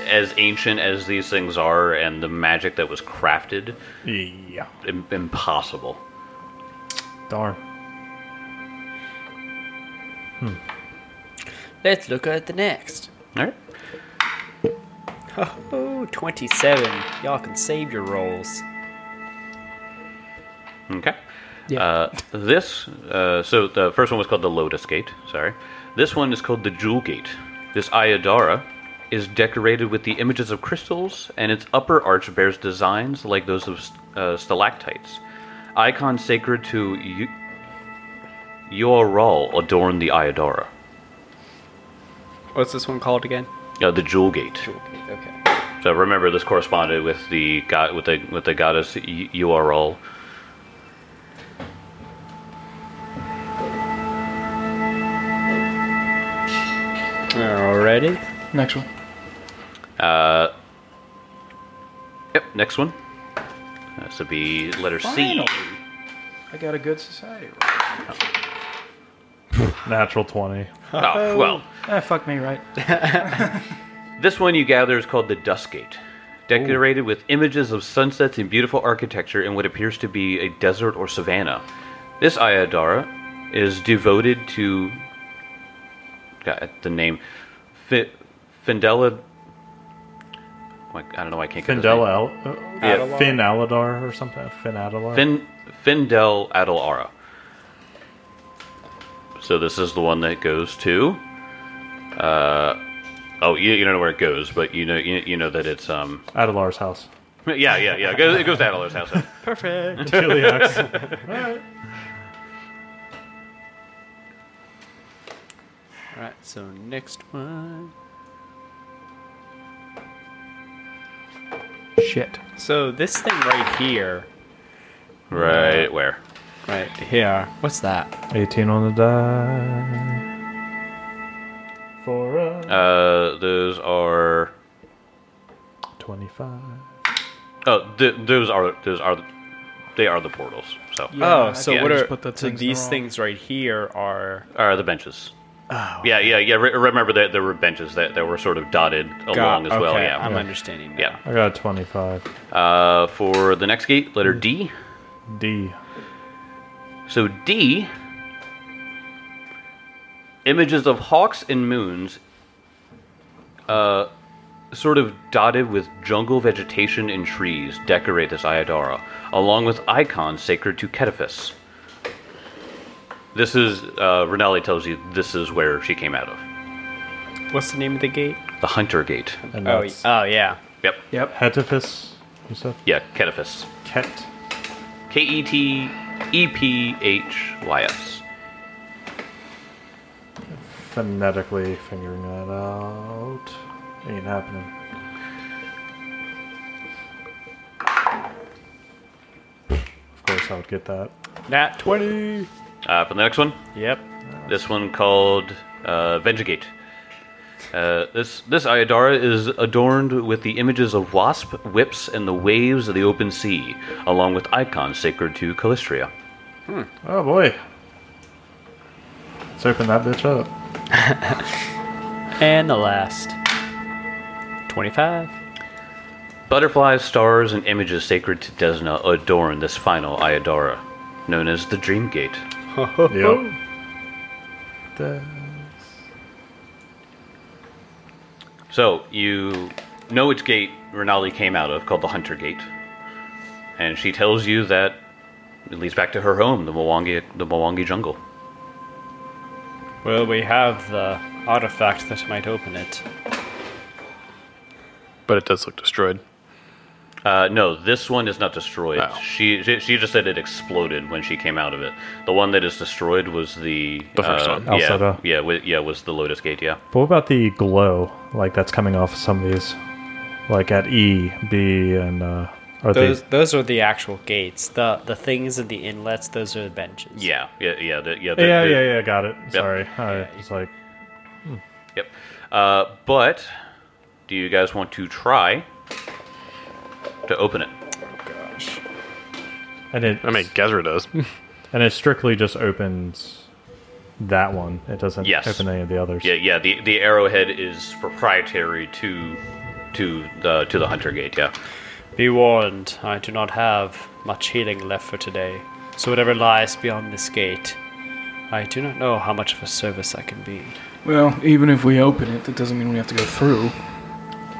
as ancient as these things are and the magic that was crafted, Yeah. Im- impossible. Darn. Let's look at the next. All right. Oh, 27. Y'all can save your rolls. Okay. Uh, this, uh, so the first one was called the Lotus Gate, sorry. This one is called the Jewel Gate. This Ayadara is decorated with the images of crystals, and its upper arch bears designs like those of uh, stalactites. Icons sacred to y- Yoral adorn the Ayadara. What's this one called again? Uh, the Jewel Gate. Okay. So remember, this corresponded with the god with the with the goddess U- URL. Alrighty. Next one. Yep. Next one. This would be letter C. I got a good society. roll. Natural 20. Oh, well, Ah, fuck me, right? this one you gather is called the Dusk Gate, decorated with images of sunsets and beautiful architecture in what appears to be a desert or savanna. This Ayadara is devoted to. Got the name, Fi- Findela. I don't know. why I can't get this name. Findela. Al- uh, Yeah. Finn Aladar or something. Finn Aladar. Fin Findel Adelara. So this is the one that goes to. Uh, oh, you, you don't know where it goes, but you know you, you know that it's um. Adalar's house. Yeah, yeah, yeah. It goes, it goes to Adelar's house. Perfect. Chiliacs. All right, so next one. Shit. So this thing right here, Right where? right here. What's that? 18 on the die. For a Uh, those are. 25. Oh, th- those are those are, they are the portals. So Uh, oh, so I what just are put the so things in the these wrong- things right here are? are the benches. Oh. Yeah, yeah, yeah. Re- remember that there were benches that, that were sort of dotted along as well. okay, Yeah, I'm understanding. Now. yeah. I got 25. Uh, for the next gate, letter D. D. So D. Images of hawks and moons. Uh, sort of dotted with jungle vegetation and trees decorate this Ayadara, along with icons sacred to Kedifis. This is uh, Renali tells you this is where she came out of What's the name of the gate? the Hunter Gate. And Oh, that's oh yeah. Yep. Hetifus. You said? Yeah, Kedifis. Ket. K E T E P H Y S. Phonetically figuring that out. Ain't happening. Of course, I would get that. Nat twenty. Uh, for the next one, Yep. This one called uh, Vengegate. Uh, this this Ayadara is adorned with the images of wasp, whips, and the waves of the open sea, along with icons sacred to Callistria. Oh boy. Let's open that bitch up. And the last. Twenty-five. Butterflies, stars, and images sacred to Desna adorn this final Ayadara, known as the Dream Gate. Yep. The- So you know which gate Renali came out of, called the Hunter Gate, and she tells you that it leads back to her home, the Mwangi, the Mwangi jungle. Well, we have the artifact that might open it. But it does look destroyed. Uh, no, this one is not destroyed. Oh. She, she she just said it exploded when she came out of it. The one that is destroyed was the The first uh, one. Yeah, Alceta. yeah, wa- yeah, was the Lotus Gate. Yeah, But what about the glow? Like that's coming off of some of these, like at E, B, and uh, are Those they? those are the actual gates. The the things and the inlets. Those are the benches. yeah, yeah, yeah, the, yeah, the, Yeah, the- yeah, yeah. Got it. Sorry, I was like, Yep. Uh, but do you guys want to try to open it? and it. I mean, Gezra does. and it strictly just opens that one. It doesn't Yes. open any of the others. Yeah, yeah. The the arrowhead is proprietary to to the to the Hunter Gate. Yeah. Be warned, I do not have much healing left for today. So whatever lies beyond this gate, I do not know how much of a service I can be. Well, even if we open it, that doesn't mean we have to go through.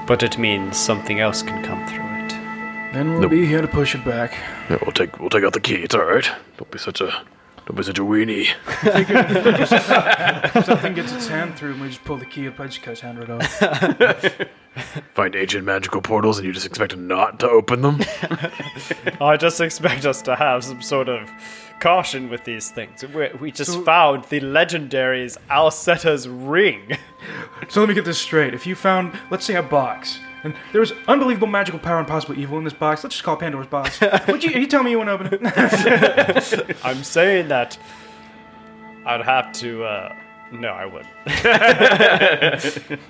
But it means something else can come through it. Then we'll be here to push it back. Yeah, we'll take we'll take out the key. It's all right. Don't be such a don't be such a weenie. Something gets its hand through, and we just pull the key up. I just cut his hand right off. Find ancient magical portals, and you just expect not to open them. I just expect us to have some sort of caution with these things. We, we just So- found the legendary's Alceta's ring. so let me get this straight. If you found, let's say, a box, and there was unbelievable magical power and possible evil in this box, let's just call it Pandora's box. Would you, you tell me you want to open it? I'm saying that I'd have to. Uh, no, I wouldn't.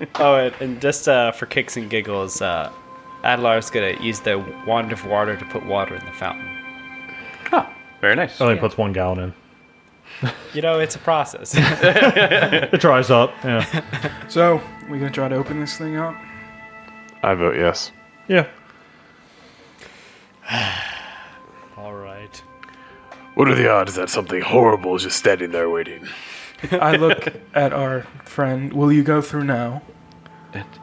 oh, and, and just uh, for kicks and giggles, uh, Adlar's gonna use the wand of water to put water in the fountain. Very nice. Only puts one gallon in. You know, it's a process. It dries up. Yeah. so we're gonna try to open this thing up. I vote yes. yeah. All right. What are the odds that something horrible is just standing there waiting? I look at our friend. Will you go through now?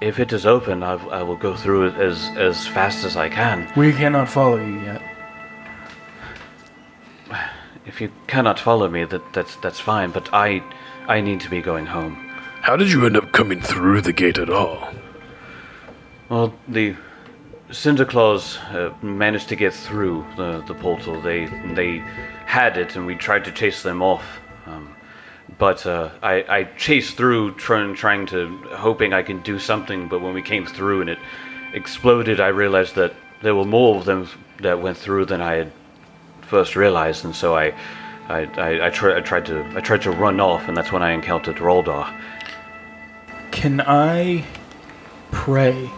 If it is open, I, I will go through it as as fast as I can. We cannot follow you yet. If you cannot follow me, that, that's that's fine. But I, I need to be going home. How did you end up coming through the gate at all? Well, the Cinderclaws uh, managed to get through the, the portal. They they had it, and we tried to chase them off. Um, But uh, I, I chased through, trying, trying to, hoping I can do something. But when we came through and it exploded, I realized that there were more of them that went through than I had first realized, and so I, I, I, I, tr- I tried to, I tried to run off, and that's when I encountered Roldar. Can I pray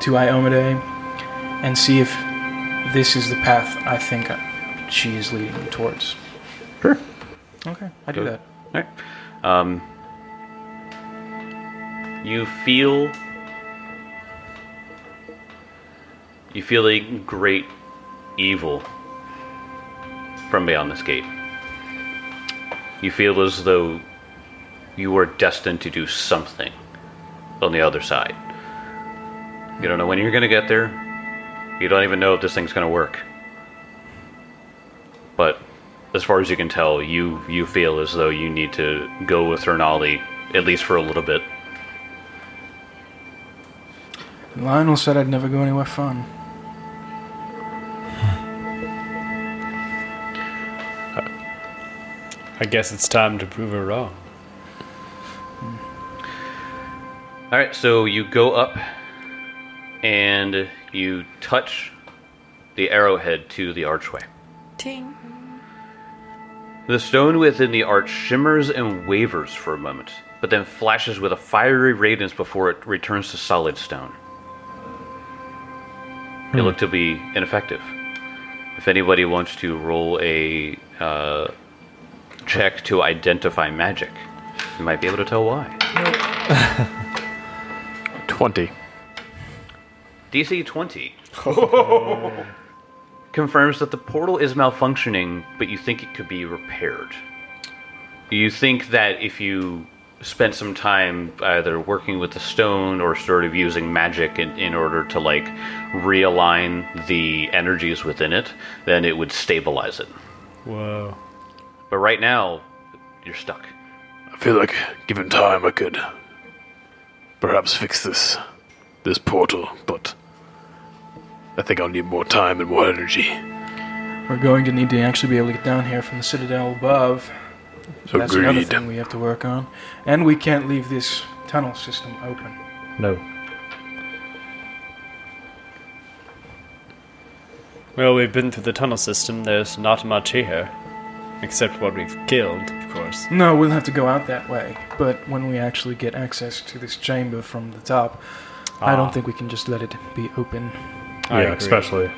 to Iomade and see if this is the path I think I- she is leading me towards? Sure. Okay, I do Good. that. All right. Um, you feel you feel a great evil from beyond this gate. You feel as though you were destined to do something on the other side. You don't know when you're going to get there. You don't even know if this thing's going to work. But as far as you can tell, you you feel as though you need to go with Renali at least for a little bit. Lionel said I'd never go anywhere fun. I guess it's time to prove her wrong. All right, so you go up and you touch the arrowhead to the archway. Ting. The stone within the arch shimmers and wavers for a moment, but then flashes with a fiery radiance before it returns to solid stone. It looked to be ineffective. If anybody wants to roll a uh, check to identify magic, you might be able to tell why. 20. DC 20 confirms that the portal is malfunctioning, but you think it could be repaired. You think that if you spent some time either working with the stone or sort of using magic in, in order to like realign the energies within it, then it would stabilize it. Whoa. But right now, you're stuck. I feel like, given time, I could perhaps fix this this portal, but I think I'll need more time and more energy. We're going to need to actually be able to get down here from the citadel above. So That's another greed. thing we have to work on. And we can't leave this tunnel system open. No. Well, we've been through the tunnel system. There's not much here. Except what we've killed, of course. No, we'll have to go out that way. But when we actually get access to this chamber from the top, I Ah. don't think we can just let it be open. I yeah, agree. especially.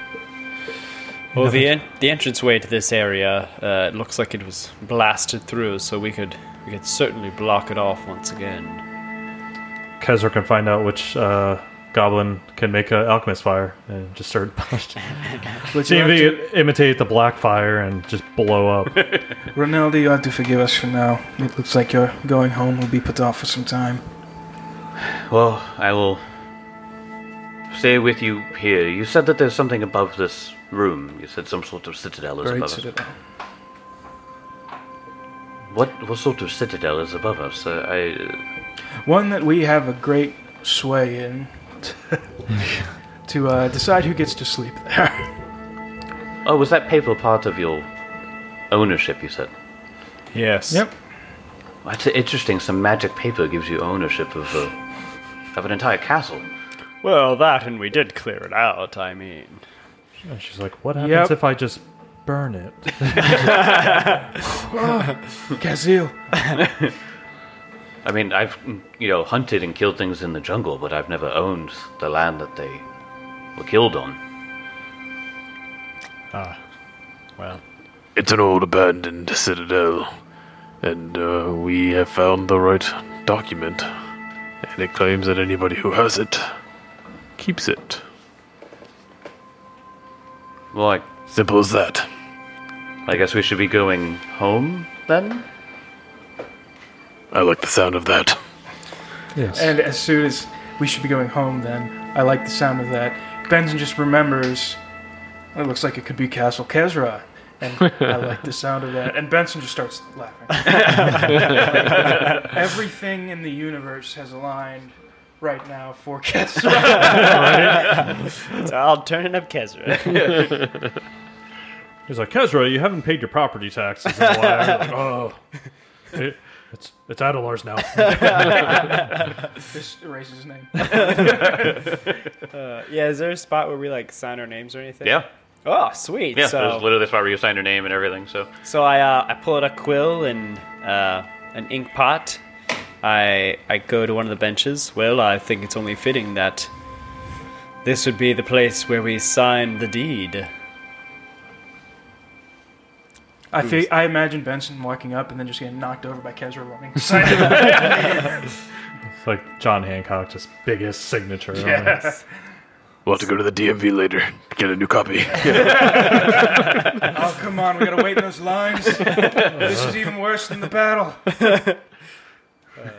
Well, the en- the entranceway to this area uh, it looks like it was blasted through, so we could we could certainly block it off once again. Kezra can find out which uh, goblin can make an alchemist fire and just start But see you if have they to, imitate the black fire and just blow up. Ronaldo, you have to forgive us for now. It looks like your going home will be put off for some time. Well, I will stay with you here. You said that there's something above this room. You said some sort of citadel is Great above us. citadel. What what sort of citadel is above us? Uh, I One that we have a great sway in to uh, decide who gets to sleep there. oh, was that paper part of your ownership? You said. Yes. Yep. That's interesting. Some magic paper gives you ownership of uh, of an entire castle. Well, that and we did clear it out. I mean, and she's like, "What happens Yep. if I just burn it?" Gazil. I mean, I've mm, you know hunted and killed things in the jungle, but I've never owned the land that they were killed on. well, It's an old abandoned citadel, and uh, we have found the right document, and it claims that anybody who has it keeps it. Well, I, Simple as that. I guess we should be going home then. I like the sound of that. yes. And as soon as we should be going home, then I like the sound of that. Benson just remembers it looks like it could be Castle Kezra. And I like the sound of that. And Benson just starts laughing. Everything in the universe has aligned right now for Kezra. so I'll turn it up, Kezra. He's like, "Kezra, you haven't paid your property taxes in a while." I'm like, oh. It- it's it's Adelar's now. Just erases his name. Uh, yeah, is there a spot where we like sign our names or anything? Yeah, Oh, sweet. yeah. so, There's literally the spot where you sign your name and everything. So so I uh, I pull out a quill and uh, an ink pot. I I go to one of the benches. Well, I think it's only fitting that this would be the place where we sign the deed. I think I imagine Benson walking up and then just getting knocked over by Kezra running. Sign it. It's like John Hancock, just biggest signature. on it. Yes. We'll have to go to the DMV later to get a new copy. oh come on, we gotta wait in those lines. this is even worse than the battle.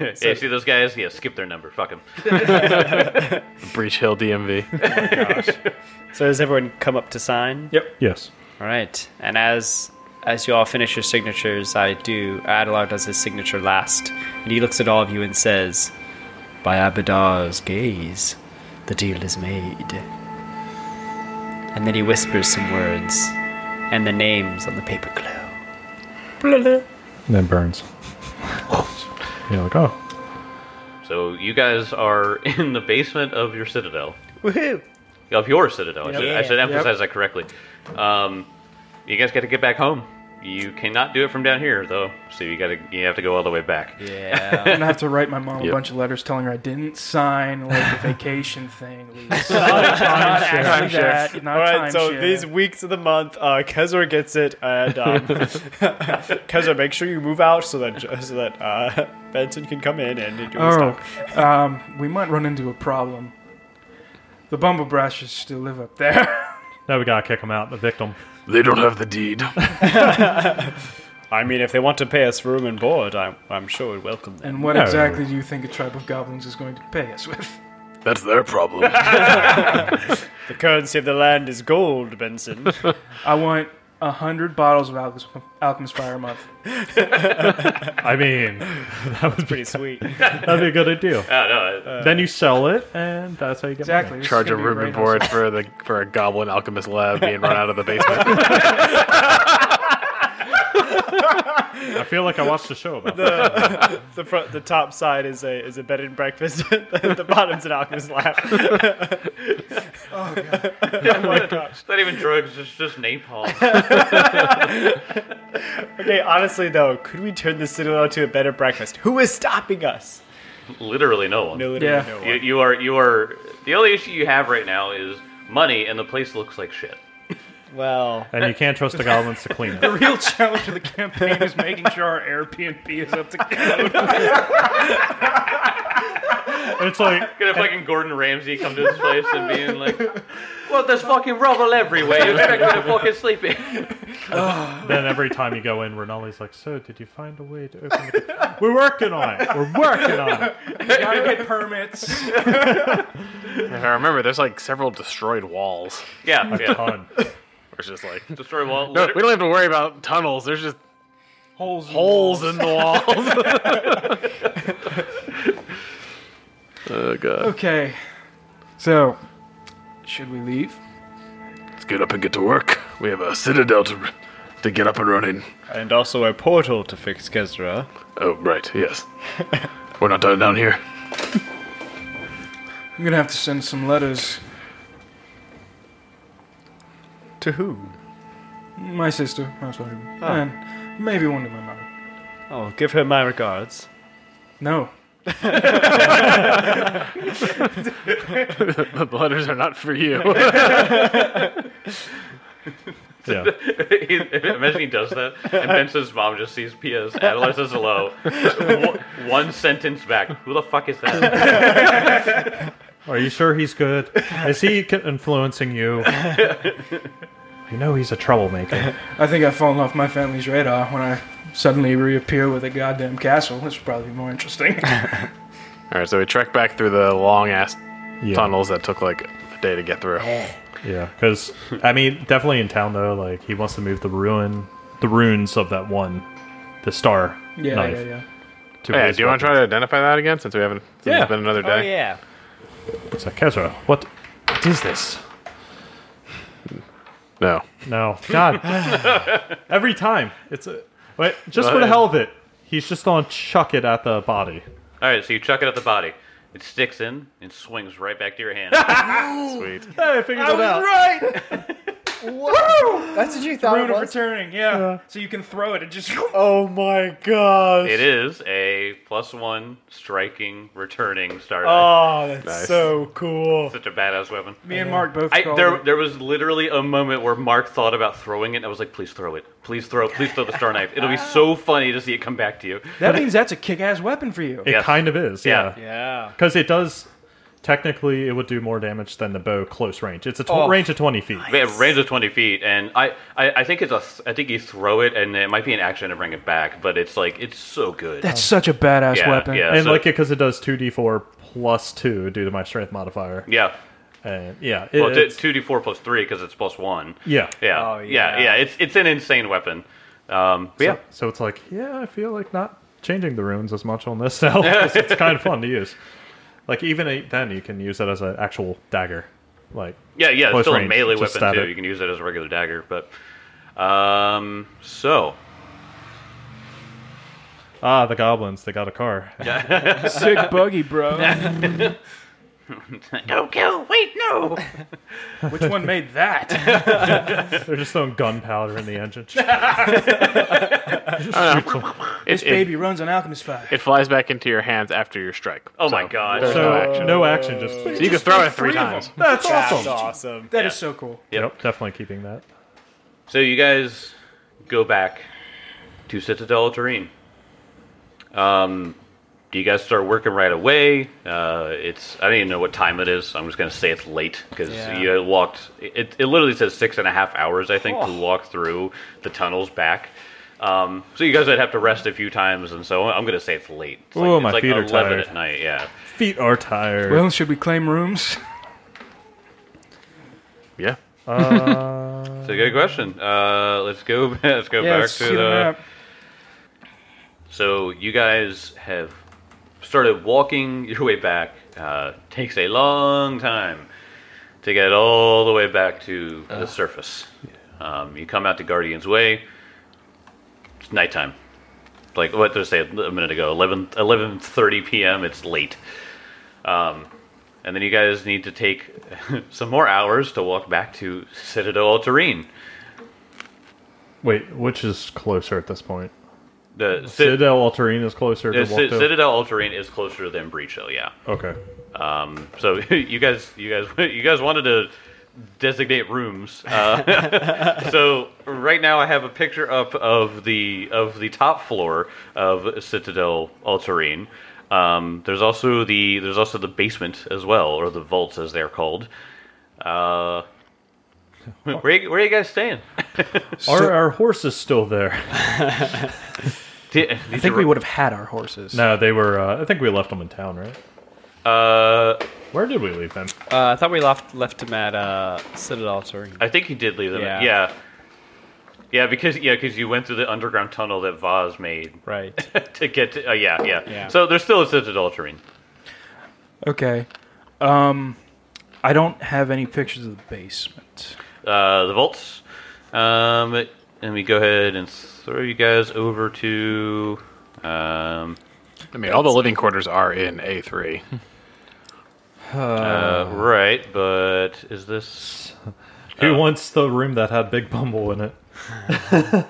yeah, see those guys? Yeah, skip their number. Fuck them. Breach Hill DMV. So does everyone come up to sign? Yes. All right. And as as you all finish your signatures, I do. Adelar does his signature last, and he looks at all of you and says, "By Abadar's gaze, the deal is made." And then he whispers some words, and the names on the paper glow. And then Burns. You're like, oh, So you guys are in the basement of your citadel. Woohoo! of your citadel. I, should, I should Yeah. emphasize that correctly. Um, you guys got to get back home. You cannot do it from down here though, so you got to you have to go all the way back. Yeah. I'm gonna have to write my mom a Yep. bunch of letters telling her I didn't sign like the vacation thing. Lisa. Not Time that, not All right, time so share. these weeks of the month, uh, Kezar gets it, and um, Kezar, make sure you move out so that so that uh, Benson can come in and do his Oh, stuff. um, we might run into a problem. The Bumble Brashers still live up there. now we gotta kick him out. The victim. They don't have the deed. I mean, if they want to pay us room and board, I'm, I'm sure we'd welcome them. And what No. exactly do you think a tribe of goblins is going to pay us with? That's their problem. The currency of the land is gold, Benson. I want a hundred bottles of Alchemist, Alchemist Fire a month. I mean, that would Pretty be sweet. that'd be a good idea. Oh, no, Uh, I- then you sell it, and that's how you get money. Exactly. this is Charge a gonna be room and great board hustle. for the for a goblin alchemist lab being run out of the basement. I feel like I watched the show about that. The front, the top side is a is a bed and breakfast. the, the bottom's an alchemist lab. it's not even drugs. It's just napalm. Okay, honestly though, could we turn the citadel to a bed and breakfast? Who is stopping us? Literally no one. No, literally Yeah. no one. You, you are you are the only issue you have right now is money, and the place looks like shit. Well, And you can't trust the goblins to clean it. The real challenge of the campaign is making sure our Airbnb is up to code. It's like Could have fucking Gordon Ramsay come to this place and being like, "Well, there's fucking rubble everywhere. You expect me to fucking sleep in?" then every time you go in, Renali's like, "So, did you find a way to open it?" We're working on it. We're working on it. Gotta get permits. I remember there's like several destroyed walls. Yeah, yeah. Ton. It's just like Destroy wall. no, we don't have to worry about tunnels. There's just Holes. in holes walls. in the walls. oh god. Okay. So, should we leave? Let's get up and get to work. We have a citadel to to get up and running. and also a portal to fix Kezra. Oh right, yes. We're not done down here. I'm gonna have to send some letters. To who? My sister, my sorry, and maybe one to my mother. Oh, give her my regards. No. The letters are not for you. Yeah. He- Imagine he does that, and Benson's mom just sees P.S. Adler says hello. One- One sentence back. Who the fuck is that? Are you sure he's good? Is he c- influencing you? You know he's a troublemaker. I think I've fallen off my family's radar when I suddenly reappear with a goddamn castle. This would probably be more interesting. Alright, so we trek back through the long ass Yeah. tunnels that took like a day to get through. Yeah, because I mean, definitely in town though. Like he wants to move the ruin, the runes of that one, the star yeah, knife. yeah, yeah. To Yeah, his do you want to try weapons. to identify that again since we haven't since Yeah. it's been another day? Oh yeah. It's like Kezra, what, what is this? No. No, God, every time it's a, wait. Just for the hell of it, He's just on chuck it at the body. All right, so you chuck it at the body. It sticks in and swings right back to your hand. Sweet. Hey, I figured it out. right. That's what you thought Root it of was? returning. Yeah. So you can throw it and just. Oh my gosh. it is a plus one striking, returning star. Oh, that's Nice. so cool. Such a badass weapon. Me and Mark both. I, called there, it. there was literally a moment where Mark thought about throwing it, and I was like, please throw it. Please throw Please throw the star knife. It'll be so funny to see it come back to you. That means that's a kick-ass weapon for you. It Yes. kind of is, Yeah. yeah. Yeah. Because it does. Technically, it would do more damage than the bow close range. It's a tw- range of twenty feet. They have range of 20 feet, and I, I, I think it's a, I think you throw it, and it might be an action to bring it back, but it's like, it's so good. That's such a badass yeah, weapon. Yeah, and so- like it because it does two d four plus two due to my strength modifier. yeah. And yeah, Well, it- it's it's- 2d4 plus 3 because it's plus 1. yeah, Yeah. Oh, yeah. yeah. Yeah. It's it's an insane weapon. Um, but yeah. So it's like, yeah, I feel like not changing the runes as much on this now. 'cause it's kind of fun to use. Like even a- then, you can use it as an actual dagger. Like Yeah. Yeah. It's Close still a range, melee just weapon stab too. it. You can use it as a regular dagger. But um, so ah, the goblins, they got a car. Sick buggy, bro. no kill. Wait, no. Which one made that? They're just throwing gunpowder in the engine. This It, it, baby runs on alchemist fire. it flies back into your hands after your strike. Oh my god. there's so no action. no action, just So you can throw it uh, three Three of them. times. That's That's awesome. awesome. That is so cool. yep, definitely keeping that. So you guys go back to Citadel Terrain. Um, do you guys start working right away? Uh, it's I don't even know what time it is. So I'm just gonna say it's late because Yeah. you walked. It, it literally says six and a half hours I think to walk through the tunnels back. Um, so you guys would have to rest a few times, and so I'm gonna say it's late. It's Ooh, it's my feet are eleven tired. at night. Yeah. Feet are tired. Well, should we claim rooms? Yeah. So good question. Uh, let's go. Let's go back let's to see the map. So you guys have started walking your way back. Uh, takes a long time to get all the way back to the surface. Um, you come out to Guardian's Way. It's nighttime. Like what did I say a minute ago? 11, 11.30 p.m. It's late. Um, and then you guys need to take some more hours to walk back to Citadel Alterine. Wait, which is closer at this point? The Cit- Citadel Alterine is closer to the Cit- Waldo. Citadel Alterine is closer than Breach Hill, yeah. okay. Um, so you guys, you guys, you guys wanted to designate rooms. Uh, so right now, I have a picture up of the of the top floor of Citadel Alterine. Um, there's also the there's also the basement as well, or the vaults as they're called. Uh, where you- where are you guys staying? Are our horses still there? I think we would have had our horses. no, they were. Uh, I think we left them in town, right? Uh, Where did we leave them? Uh, I thought we left left him at uh, Citadel Terrain. I think he did leave them. Yeah. Yeah. yeah. Yeah, because yeah, because you went through the underground tunnel that Vaz made Right. to get to, uh, yeah, yeah, Yeah. So there's still a Citadel terrain. Okay. Um, I don't have any pictures of the basement. Uh, the vaults. Um, let me go ahead and throw you guys over to. Um, I mean, all the living quarters are in A3. uh, right, but is this? Who wants the room that had Big Bumble in it?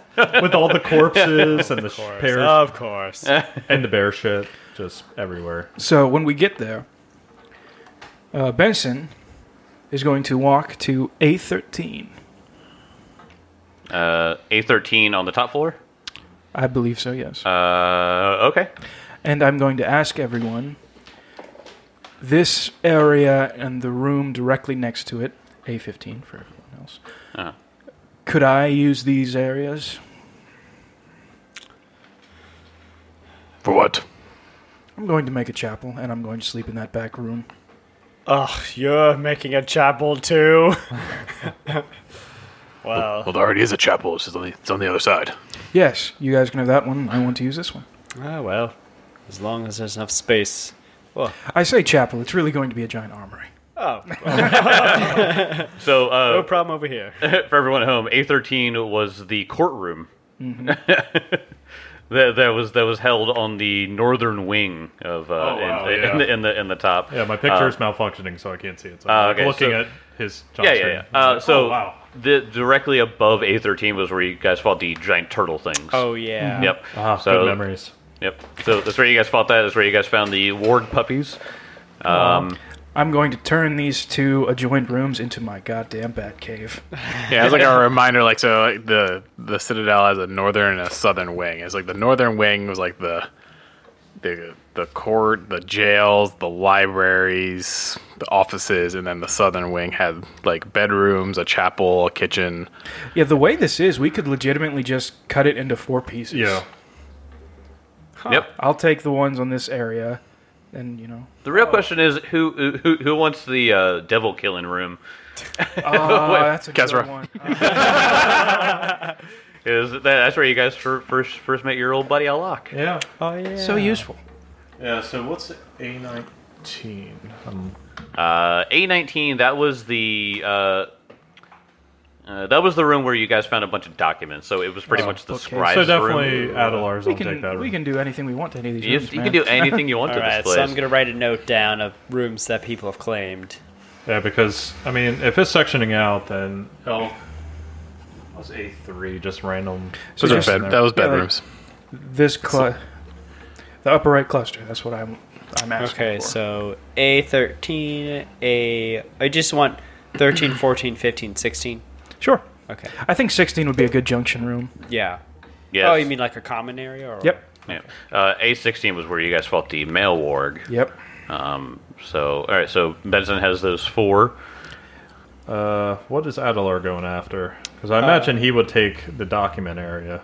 With all the corpses and the pears Of Oh. course. and the bear shit just everywhere. So when we get there, uh, Benson is going to walk to A13. Uh, A13 on the top floor. I believe so, yes. Uh, okay. and I'm going to ask everyone this area and the room directly next to it, A15 for everyone else. Uh-huh. Could I use these areas? For what? I'm going to make a chapel and I'm going to sleep in that back room. Ugh, you're making a chapel too. wow. Well, there already is a chapel. It's, just on the, it's on the other side. Yes, you guys can have that one. I want to use this one. Oh well. As long as there's enough space. I say chapel, it's really going to be a giant armory. Oh, So no uh, problem over here. Mm-hmm. for everyone at home, A13 was the courtroom. that, that was that was held on the northern wing of uh, Oh, wow, in, yeah. in, the, in the in the top. Yeah, my picture is malfunctioning, so I can't see it. So uh, I'm okay, looking so- at his. John Yeah, screen. yeah, yeah. Uh, It's like, so oh, wow. the, directly above A13 was where you guys fought the giant turtle things. Oh yeah. Mm-hmm. yep. Ah, so, good memories. Yep. So that's where you guys fought that. That's where you guys found the ward puppies. I'm going to turn these two adjoined rooms into my goddamn bat cave. Yeah, it's like a reminder. Like so, like, the the citadel has a northern and a southern wing. It's like the northern wing was like the the the court, the jails, the libraries, the offices, and then the southern wing had like bedrooms, a chapel, a kitchen. Yeah, the way this is, we could legitimately just cut it into four pieces. Yeah. Yep. I'll take the ones on this area, and you know. The Oh. real question is who who who wants the uh, devil killing room? Oh, that's a Kezra. good one. Is that, that's where you guys fir- first first met your old buddy Alok? Yeah. Oh yeah. So useful. Yeah. So what's a nineteen? Um, Uh, A19. That was the. Uh, uh, that was the room where you guys found a bunch of documents, so it was pretty much the okay. scribe's so room. definitely Adelar's We will take that. can we room. can do anything we want to any of these You, rooms, you man. can do anything you want All to this right. place. So I'm gonna write a note down of rooms that people have claimed. Yeah, because I mean, if it's sectioning out, then oh, was a three just random? So Those just- are bed, that was yeah, like- bedrooms. this clu- the upper right cluster. That's what I'm I'm asking Okay, for. so A13, A. I just want 13, 14, 15, 16. sure. Okay. I think 16 would be a good junction room. Yeah. Yes. Oh, you mean like a common area? Or? Yep. Yeah. Uh, A16 was where you guys fought the male warg. Yep. Um, so, all right. So Benson has those four. Uh, what is Adelar going after? Because I imagine he would take the document area.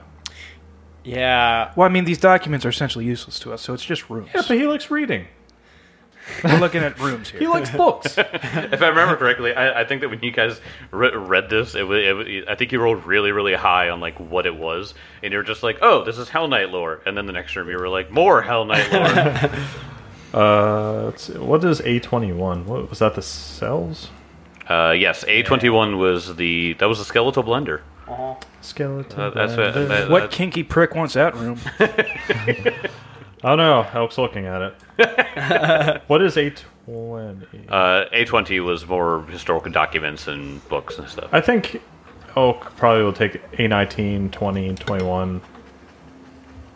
Yeah. Well, I mean, these documents are essentially useless to us, so it's just rooms. Yeah, but he likes reading. We're looking at rooms He here. likes books. If I remember correctly, I, I think that when you guys re- read this, it was, it wa- I think you rolled really, really high on like what it was, and you were just like, "Oh, this is Hell Knight lore," and then the next room you were like, "More Hell Knight lore." uh, let's see, what is a twenty one? What was that? The cells uh, yes, A twenty one was the that was the skeletal blender. skeleton. Uh, that's what. bandit. that- What that's- kinky prick wants that room? Oh no, Elk's looking at it. what is a twenty? uh, A twenty was more historical documents and books and stuff. I think Elk probably will take a 19, 20, 21,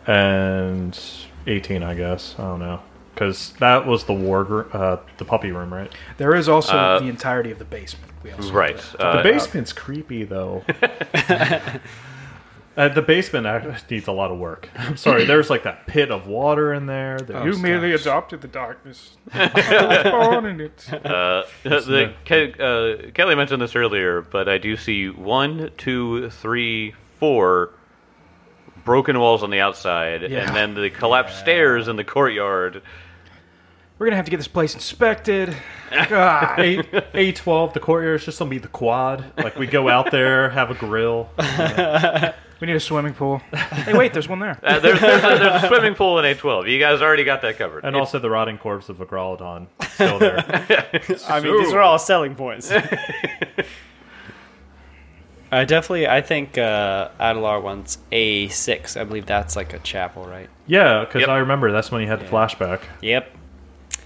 and 18, I guess. I don't know. Because that was the war, gr- uh, the puppy room, right? There is also the entirety of the basement. We also Right. The Uh, basement's creepy, though. uh, the basement act- needs a lot of work. I'm sorry. There's like that pit of water in there. Oh, There's You merely adopted the darkness. I was born in it. the, Ke- uh, Kelly mentioned this earlier, but I do see one, two, three, four broken walls on the outside, Yeah. and then the collapsed stairs in the courtyard. We're gonna have to get this place inspected. God. a A twelve. The courtyard's just gonna be the quad. Like we go out there, have a grill. We need a swimming pool. Hey, wait, there's one there. Uh, there's, there's, a, there's a swimming pool in A12. You guys already got that covered. And also the rotting corpse of a Grolodon still there. I mean, these are all selling points. I definitely, I think uh, Adelar wants A6. I believe that's like a chapel, right? yeah, because Yep. I remember that's when he had the flashback. Yep.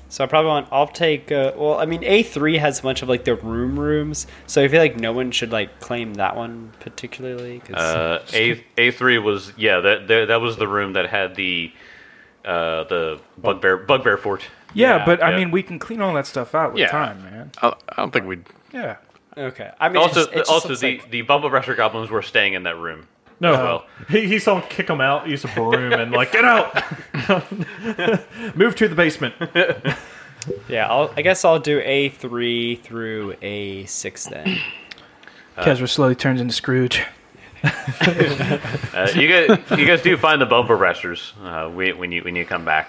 So I probably want. I'll take. Uh, well, I mean, A three has a bunch of like the room rooms, so I feel like no one should like claim that one particularly. 'cause- Uh, A A three was yeah that, that that was the room that had the uh, the bugbear bugbear fort. Yeah, Yeah, but I yeah. mean, we can clean all that stuff out with Yeah. time, man. I, I don't think we. Yeah. okay. I mean, it Uh, Also, just- it just also looks the like- the bumble rusher goblins were staying in that room. No, Oh, well. he, he's gonna kick him out, use a broom, and like get out, move to the basement. yeah. I'll, I guess I'll do A three through A six then. Kezra slowly turns into Scrooge. Uh, you guys you guys do find the bumble rushers uh, when when you when you come back.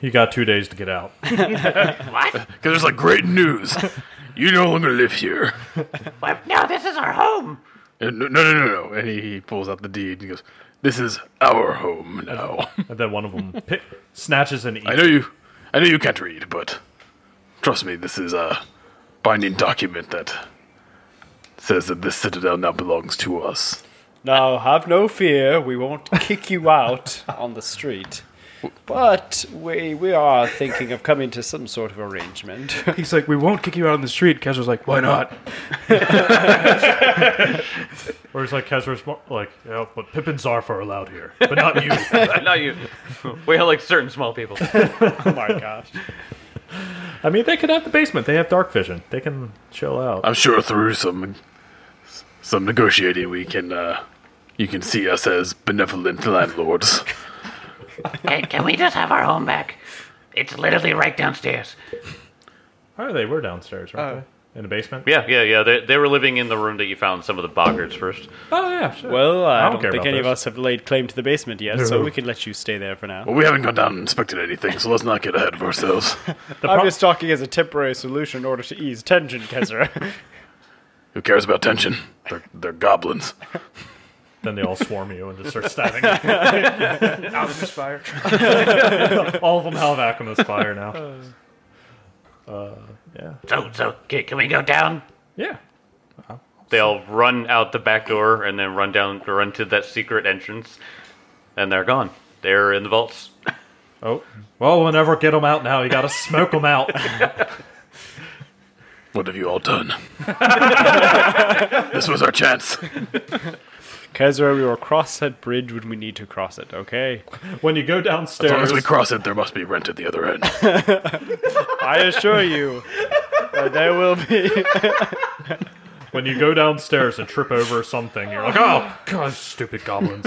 You got two days to get out. Because there's like great news. you no longer live here. No, this is our home. And no, no, no, no. And he, he pulls out the deed and he goes, "This is our home now." And then one of them pick, snatches and eats. I know you. I know you can't read, but trust me, this is a binding document that says that this citadel now belongs to us. Now, have no fear. We won't kick you out on the street. But we we are thinking of coming to some sort of arrangement. He's like, we won't kick you out on the street. Kezra's like, why not? Or it's like Kezra's mo- like, yeah, but Pippins are allowed here, but not you. Not you. We are like certain small people. oh my gosh. I mean, they could have the basement. They have dark vision. They can chill out. I'm sure through some some negotiating, we can uh, you can see us as benevolent landlords. Hey, can we just have our home back? It's literally right downstairs. How are they? We're downstairs, right? In the basement. Yeah, yeah, yeah. They, they were living in the room that you found some of the boggarts first. Oh yeah, sure. Well, I, don't don't, care think about any of this. us have laid claim to the basement yet, so we can let you stay there for now. But we haven't gone down and inspected anything, so let's not get ahead of ourselves. I'm just talking as a temporary solution in order to ease tension, Kezra. Who cares about tension? They're, they're goblins. then they all swarm you and just start stabbing. you. Alchemist fire. All of them have alchemist fire now. Uh, yeah. So, so can, can we go down? Yeah. They all run out the back door and then run down, run to that secret entrance, and they're gone. They're in the vaults. Oh. Well, we'll never get them out now. You gotta smoke them out. What have you all done? this was our chance. Kezra, we will cross that bridge when we need to cross it, okay? When you go As long downstairs, as we cross it, there must be rent at the other end. I assure you that there will be. when you go downstairs and trip over something, you're like, oh god, stupid goblins.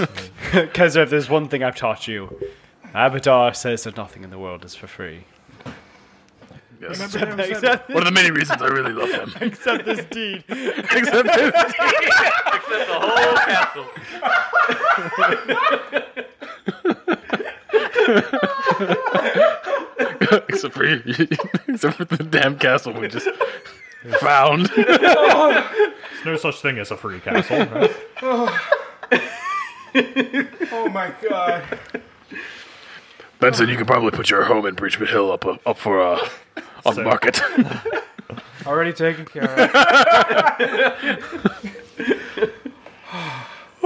Kezra, if there's one thing I've taught you, Abadar says that nothing in the world is for free. Yes. Except, One of the many reasons I really love him. except this deed. Except this. That's the whole castle. Except for you. Except for the damn castle we just found. There's no such thing as a free castle. Right? Oh my god. Benson, you can probably put your home in Breachwood Hill up up for uh, on the market. Already taken care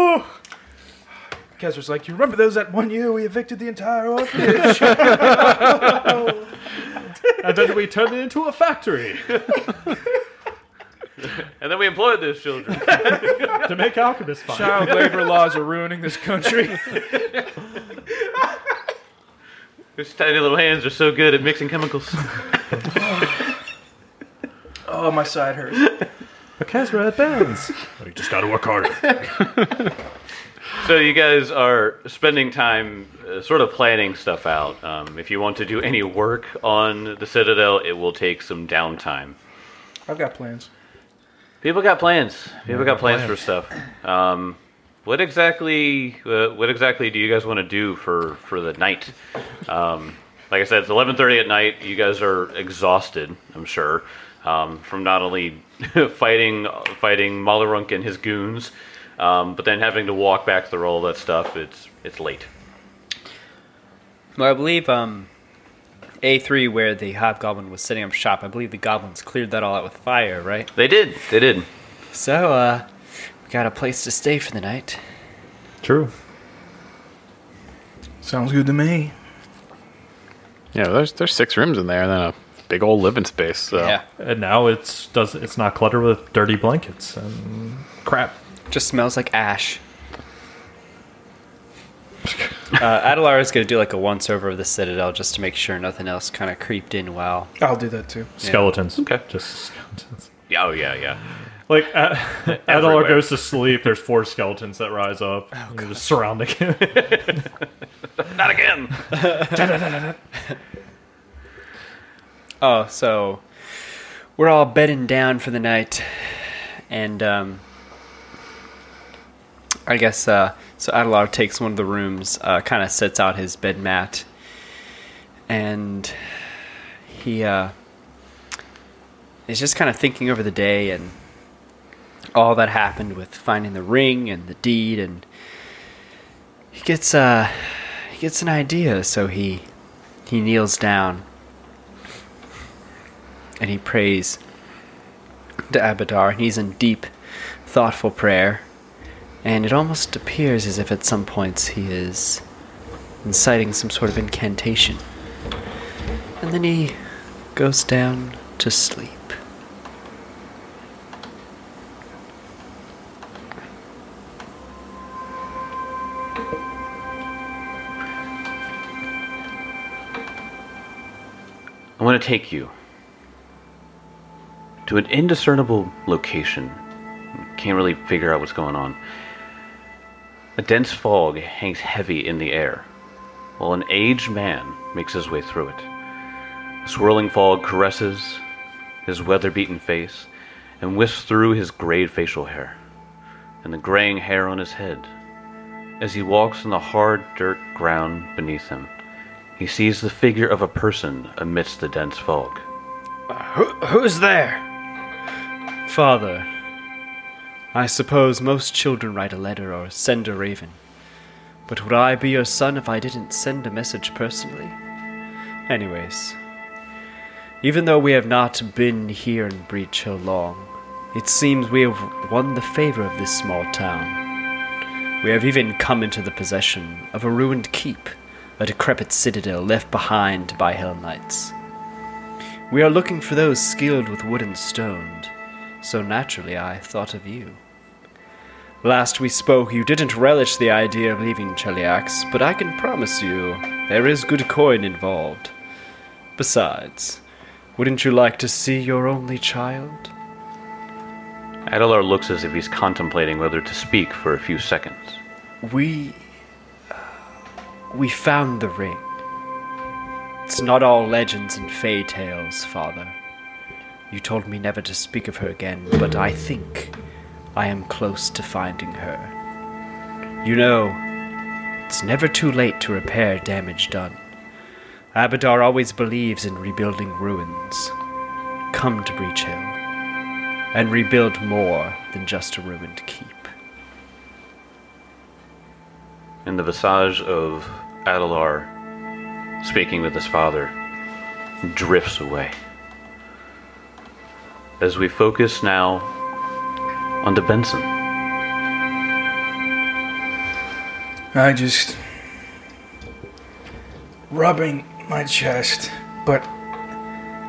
of. Kezra's like, you remember those that one year we evicted the entire orphanage? and then we turned it into a factory And then we employed those children. to make alchemist fire. Child labor laws are ruining this country. Those tiny little hands are so good at mixing chemicals. Oh, my side hurts. Kezra, it bends. you just gotta work harder. So you guys are spending time uh, sort of planning stuff out. Um, if you want to do any work on the Citadel, it will take some downtime. I've got plans. People got plans. People got plans for stuff. Um, what exactly? Uh, what exactly do you guys want to do for for the night? Um, like I said, it's eleven thirty at night. You guys are exhausted, I'm sure, um, from not only fighting fighting Malarunk and his goons, um, but then having to walk back through all that stuff. It's it's late. Well, I believe um, A3, where the hobgoblin was setting up shop, I believe the goblins cleared that all out with fire, right? They did. They did. So, uh, we got a place to stay for the night. True. Sounds good to me. Yeah, there's there's six rooms in there, and then a big old living space. So. And now it's does it's not cluttered with dirty blankets and crap. Just smells like ash. uh, Adelar is going to do like a once over of the Citadel just to make sure nothing else kind of creeped in while. I'll do that too. Skeletons. Okay. Just skeletons. Yeah, Oh yeah, yeah. Like uh, Adelar Everywhere. goes to sleep. There's four skeletons that rise up. Oh, You're just surrounding him. Not again. Oh, so we're all bedding down for the night, and um, I guess uh, so. Adelar takes one of the rooms, uh, kind of sets out his bed mat, and he uh, is just kind of thinking over the day and all that happened with finding the ring and the deed, and he gets uh, he gets an idea. So he he kneels down and he prays to Abadar, and he's in deep, thoughtful prayer. and it almost appears as if at some points he is inciting some sort of incantation. And then he goes down to sleep. I want to take you to an indiscernible location. Can't really figure out what's going on. A dense fog hangs heavy in the air, while an aged man makes his way through it. Swirling fog caresses his weather beaten face and whisks through his grayed facial hair and the graying hair on his head. As he walks on the hard dirt ground beneath him, he sees the figure of a person amidst the dense fog. Who's there? Father, I suppose most children write a letter or send a raven. But would I be your son if I didn't send a message personally? Anyways, even though we have not been here in Breach Hill long, it seems we have won the favor of this small town. We have even come into the possession of a ruined keep, a decrepit citadel left behind by Hell Knights. We are looking for those skilled with wood and stone, so naturally I thought of you. Last we spoke, you didn't relish the idea of leaving Cheliax, but I can promise you there is good coin involved. Besides, wouldn't you like to see your only child? Adelar looks as if he's contemplating whether to speak for a few seconds. We. We found the ring. It's not all legends and fay tales, Father. You told me never to speak of her again, but I think I am close to finding her. You know, it's never too late to repair damage done. Abadar always believes in rebuilding ruins. Come to Breach Hill and rebuild more than just a ruined keep. in the visage of Adelar speaking with his father drifts away. As we focus now on the Benson. I just rubbing my chest, but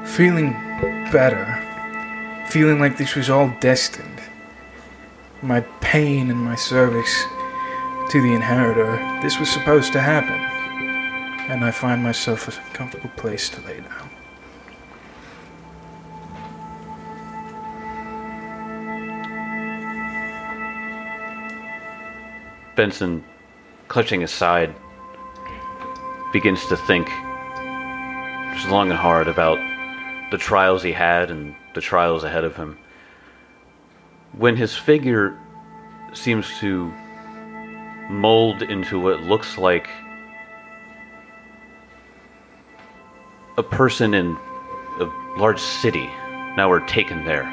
feeling better. Feeling like this was all destined. My pain and my service to the inheritor, this was supposed to happen. And I find myself a comfortable place to lay down. Benson, clutching his side, begins to think just long and hard about the trials he had and the trials ahead of him. When his figure seems to mold into what looks like a person in a large city, now we're taken there.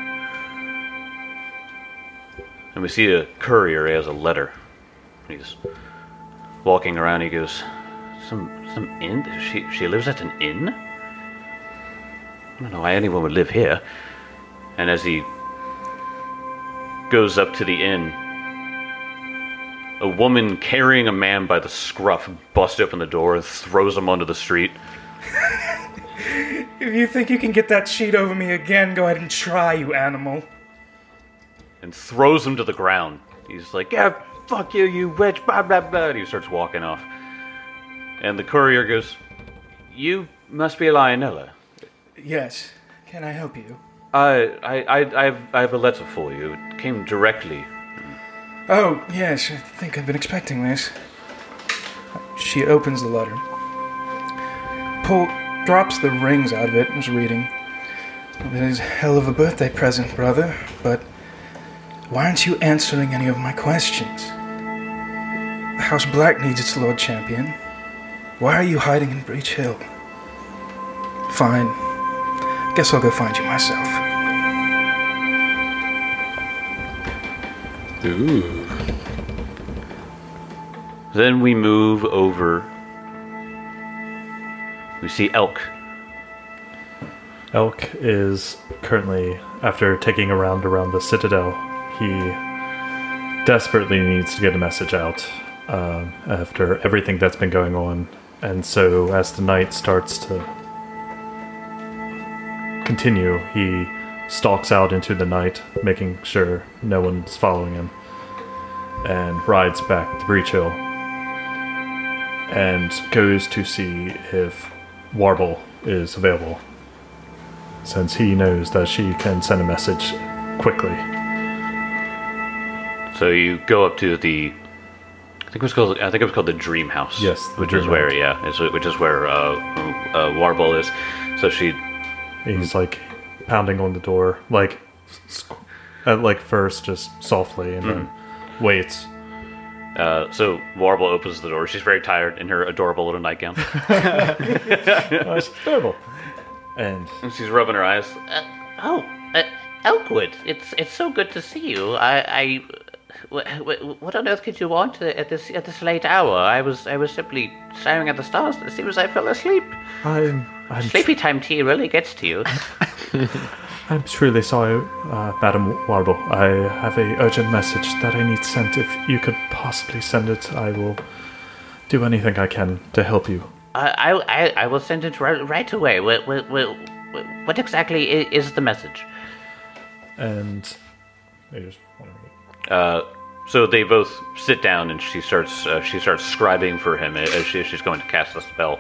And we see a courier, he has a letter. He's walking around. He goes, "Some some inn? She she lives at an inn? I don't know why anyone would live here." And as he goes up to the inn, a woman carrying a man by the scruff busts open the door and throws him onto the street. If you think you can get that sheet over me again, go ahead and try, you animal. and throws him to the ground. He's like, yeah, fuck you, you witch, blah, blah, blah. And he starts walking off. And the courier goes, You must be Lionella. Yes. Can I help you? I, Uh, I, I, I, have, I have a letter for you. It came directly. Oh, yes, I think I've been expecting this. She opens the letter. Paul drops the rings out of it and is reading. It is a hell of a birthday present, brother, but why aren't you answering any of my questions? House Black needs its Lord Champion. Why are you hiding in Breach Hill? Fine. Guess I'll go find you myself. Ooh. Then we move over. We see Elk. Elk is currently, after taking a round around the citadel, he desperately needs to get a message out um, after everything that's been going on. And so, as the night starts to continue, he stalks out into the night, making sure no one's following him, and rides back to Breach Hill and goes to see if Warble is available, since he knows that she can send a message quickly. So you go up to the. I think it was called. I think it was called the Dream House. Yes, the which Dream is where House. yeah, is, which is where uh, uh, Warble is. So she He's like pounding on the door, like squ- at like first just softly, and then waits. Uh, so Warble opens the door. She's very tired in her adorable little nightgown. That's terrible. And And She's rubbing her eyes. Oh, uh, Elkwood, it's it's so good to see you. I, I wh- wh- what on earth could you want at this at this late hour? I was I was simply staring at the stars. It seems I fell asleep. I'm I'm, tr- Sleepy time tea really gets to you. I'm truly sorry, uh, Madam Warble. I have a urgent message that I need sent. If you could possibly send it, I will do anything I can to help you. I, I I- I will send it right, right away. Wh- wh- wh- What exactly i- is the message? And I just want to So they both sit down, and she starts uh, she starts scribing for him as she, she's going to cast the spell.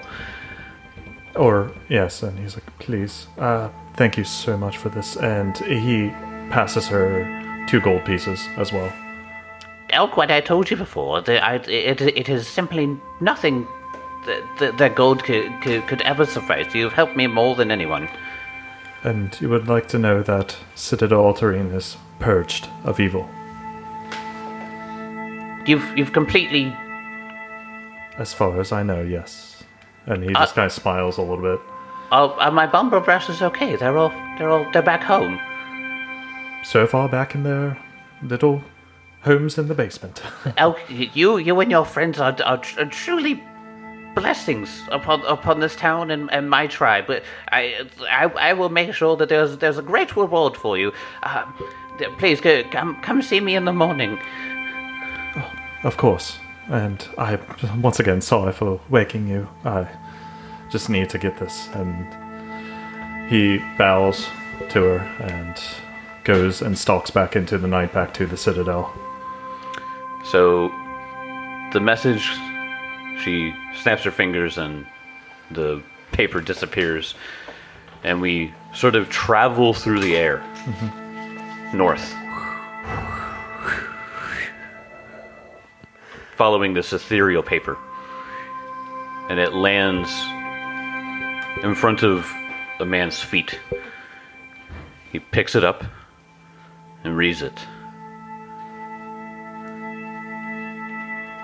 Or, yes, and he's like, please, uh, thank you so much for this. And he passes her two gold pieces as well. Elkwood, I told you before, the, I, it, it is simply nothing that, that, that gold could, could, could ever suffice. You've helped me more than anyone. And you would like to know that Citadel Altarine is purged of evil. You've, you've completely. As far as I know, yes. And he just kind of smiles a little bit. Oh, uh, my bumble brush is okay. They're all, they're all, they're back home. So far back in their little homes in the basement. Elk, you, you and your friends are, are, tr- are truly blessings upon upon this town and, and my tribe. But I, I I will make sure that there's there's a great reward for you. Uh, th- please go, come come see me in the morning. Of course. And I, once again, sorry for waking you. I just need to get this. And he bows to her and goes and stalks back into the night, back to the citadel. So the message, she snaps her fingers, and the paper disappears, and we sort of travel through the air north, following this ethereal paper, and it lands in front of a man's feet. He picks it up and reads it.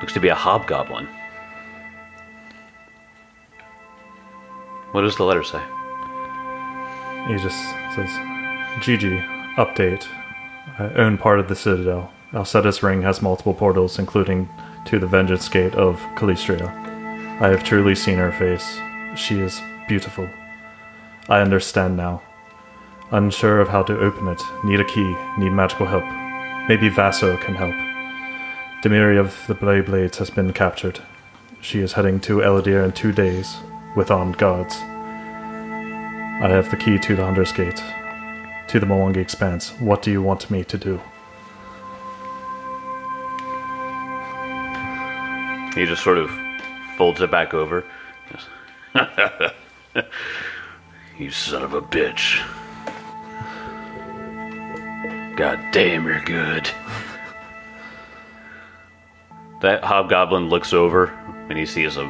Looks to be a hobgoblin. What does the letter say? He just says, Gigi, update. I own part of the citadel. Alcetus Ring has multiple portals, including to the Vengeance Gate of Calistria. I have truly seen her face. She is beautiful. I understand now. Unsure of how to open it, need a key, need magical help. Maybe Vaso can help. Demiri of the Blade Blades has been captured. She is heading to Eladir in two days, with armed guards. I have the key to the Hunter's Gate, to the Molungi Expanse. What do you want me to do? He just sort of folds it back over. you son of a bitch. God damn, you're good. That hobgoblin looks over and he sees a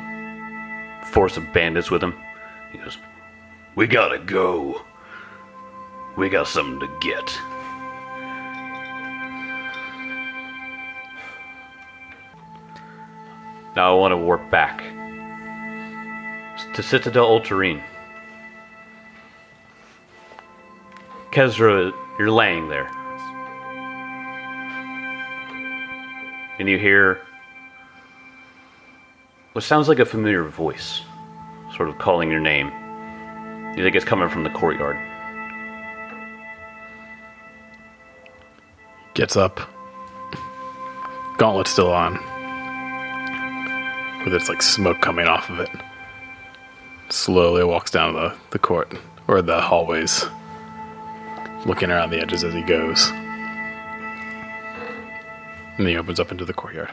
force of bandits with him. He goes, We gotta go. We got something to get. Now I want to warp back to Citadel Ultramarine. Kezra, you're laying there. And you hear what sounds like a familiar voice, sort of calling your name. You think it's coming from the courtyard. Gets up, gauntlet's still on. With its like smoke coming off of it. Slowly walks down the, the court or the hallways. Looking around the edges as he goes. And he opens up into the courtyard.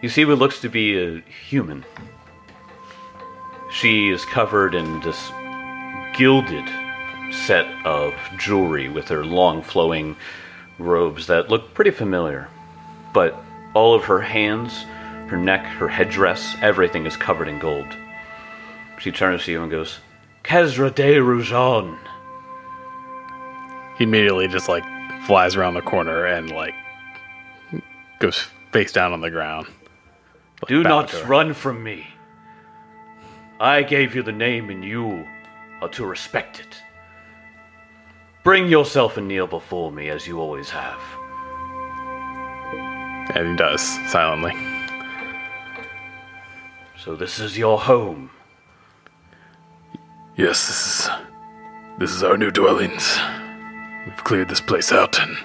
You see what looks to be a human. She is covered in this gilded set of jewelry with her long flowing robes that look pretty familiar. But all of her hands, her neck, her headdress, everything is covered in gold. She turns to you and goes, Kezra de Rujon. He immediately just like flies around the corner and like goes face down on the ground. Like, Do bowing not to her. run from me. I gave you the name, and you are to respect it. Bring yourself and kneel before me as you always have. And he does silently. So, this is your home. Yes, this is this is our new dwellings. We've cleared this place out, and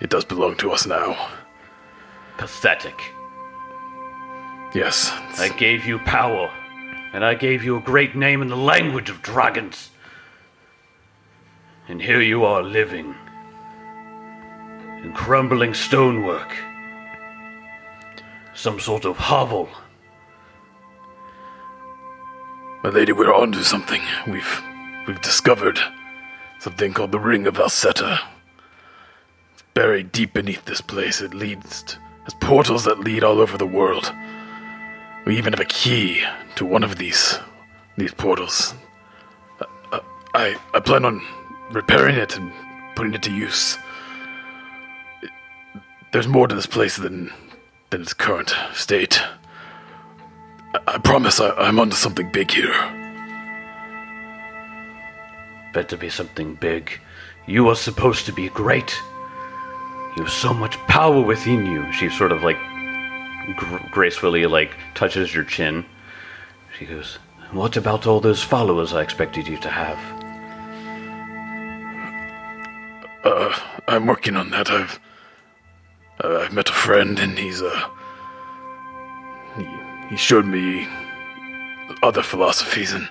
it does belong to us now. Pathetic. Yes, it's- I gave you power, and I gave you a great name in the language of dragons. And here you are living in crumbling stonework, some sort of hovel. my lady, we're onto something. We've we've discovered something called the Ring of Alceta. It's buried deep beneath this place. It leads t- has portals that lead all over the world. We even have a key to one of these these portals. I I, I plan on repairing it and putting it to use. There's more to this place than than its current state. I, I promise I, I'm onto something big here. Better be something big. You are supposed to be great. You have so much power within you. She sort of like gr- gracefully like touches your chin. She goes, "What about all those followers I expected you to have?" I'm working on that. I've uh, I've met a friend and he's uh he, he showed me other philosophies and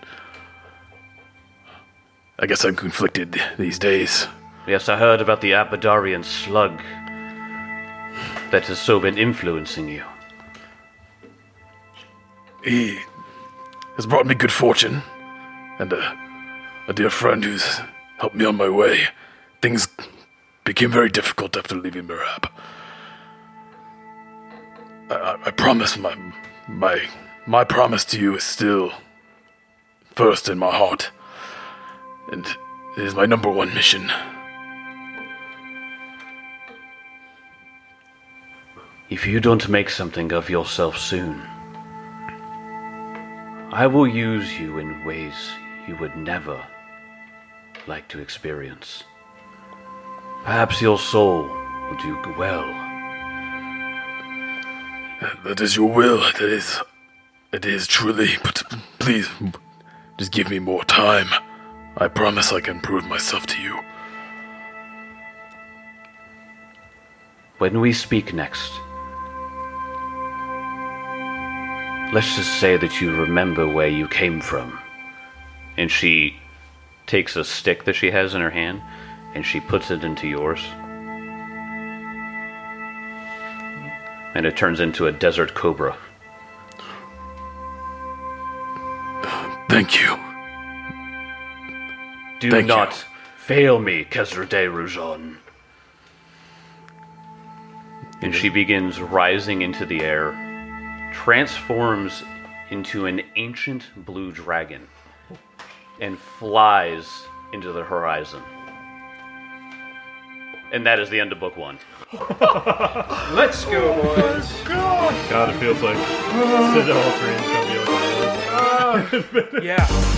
I guess I'm conflicted these days. Yes, I heard about the Abadarian slug that has so been influencing you. He has brought me good fortune, and a, a dear friend who's helped me on my way. Things became very difficult after leaving Mirab. I, I, I promise my my my promise to you is still first in my heart, and it is my number one mission. If you don't make something of yourself soon, I will use you in ways you would never like to experience. Perhaps your soul will do well. That is your will. That is, it is truly. But please, just give me more time. I promise I can prove myself to you. When we speak next, let's just say that you remember where you came from. And she takes a stick that she has in her hand and she puts it into yours. And it turns into a desert cobra. Thank you. Do Thank you. not fail me, Kesra de Rujon. And she begins rising into the air, transforms into an ancient blue dragon, and flies into the horizon. And that is the end of book one. Let's go, boys. God, it feels like Citadel Three is gonna be like. Yeah.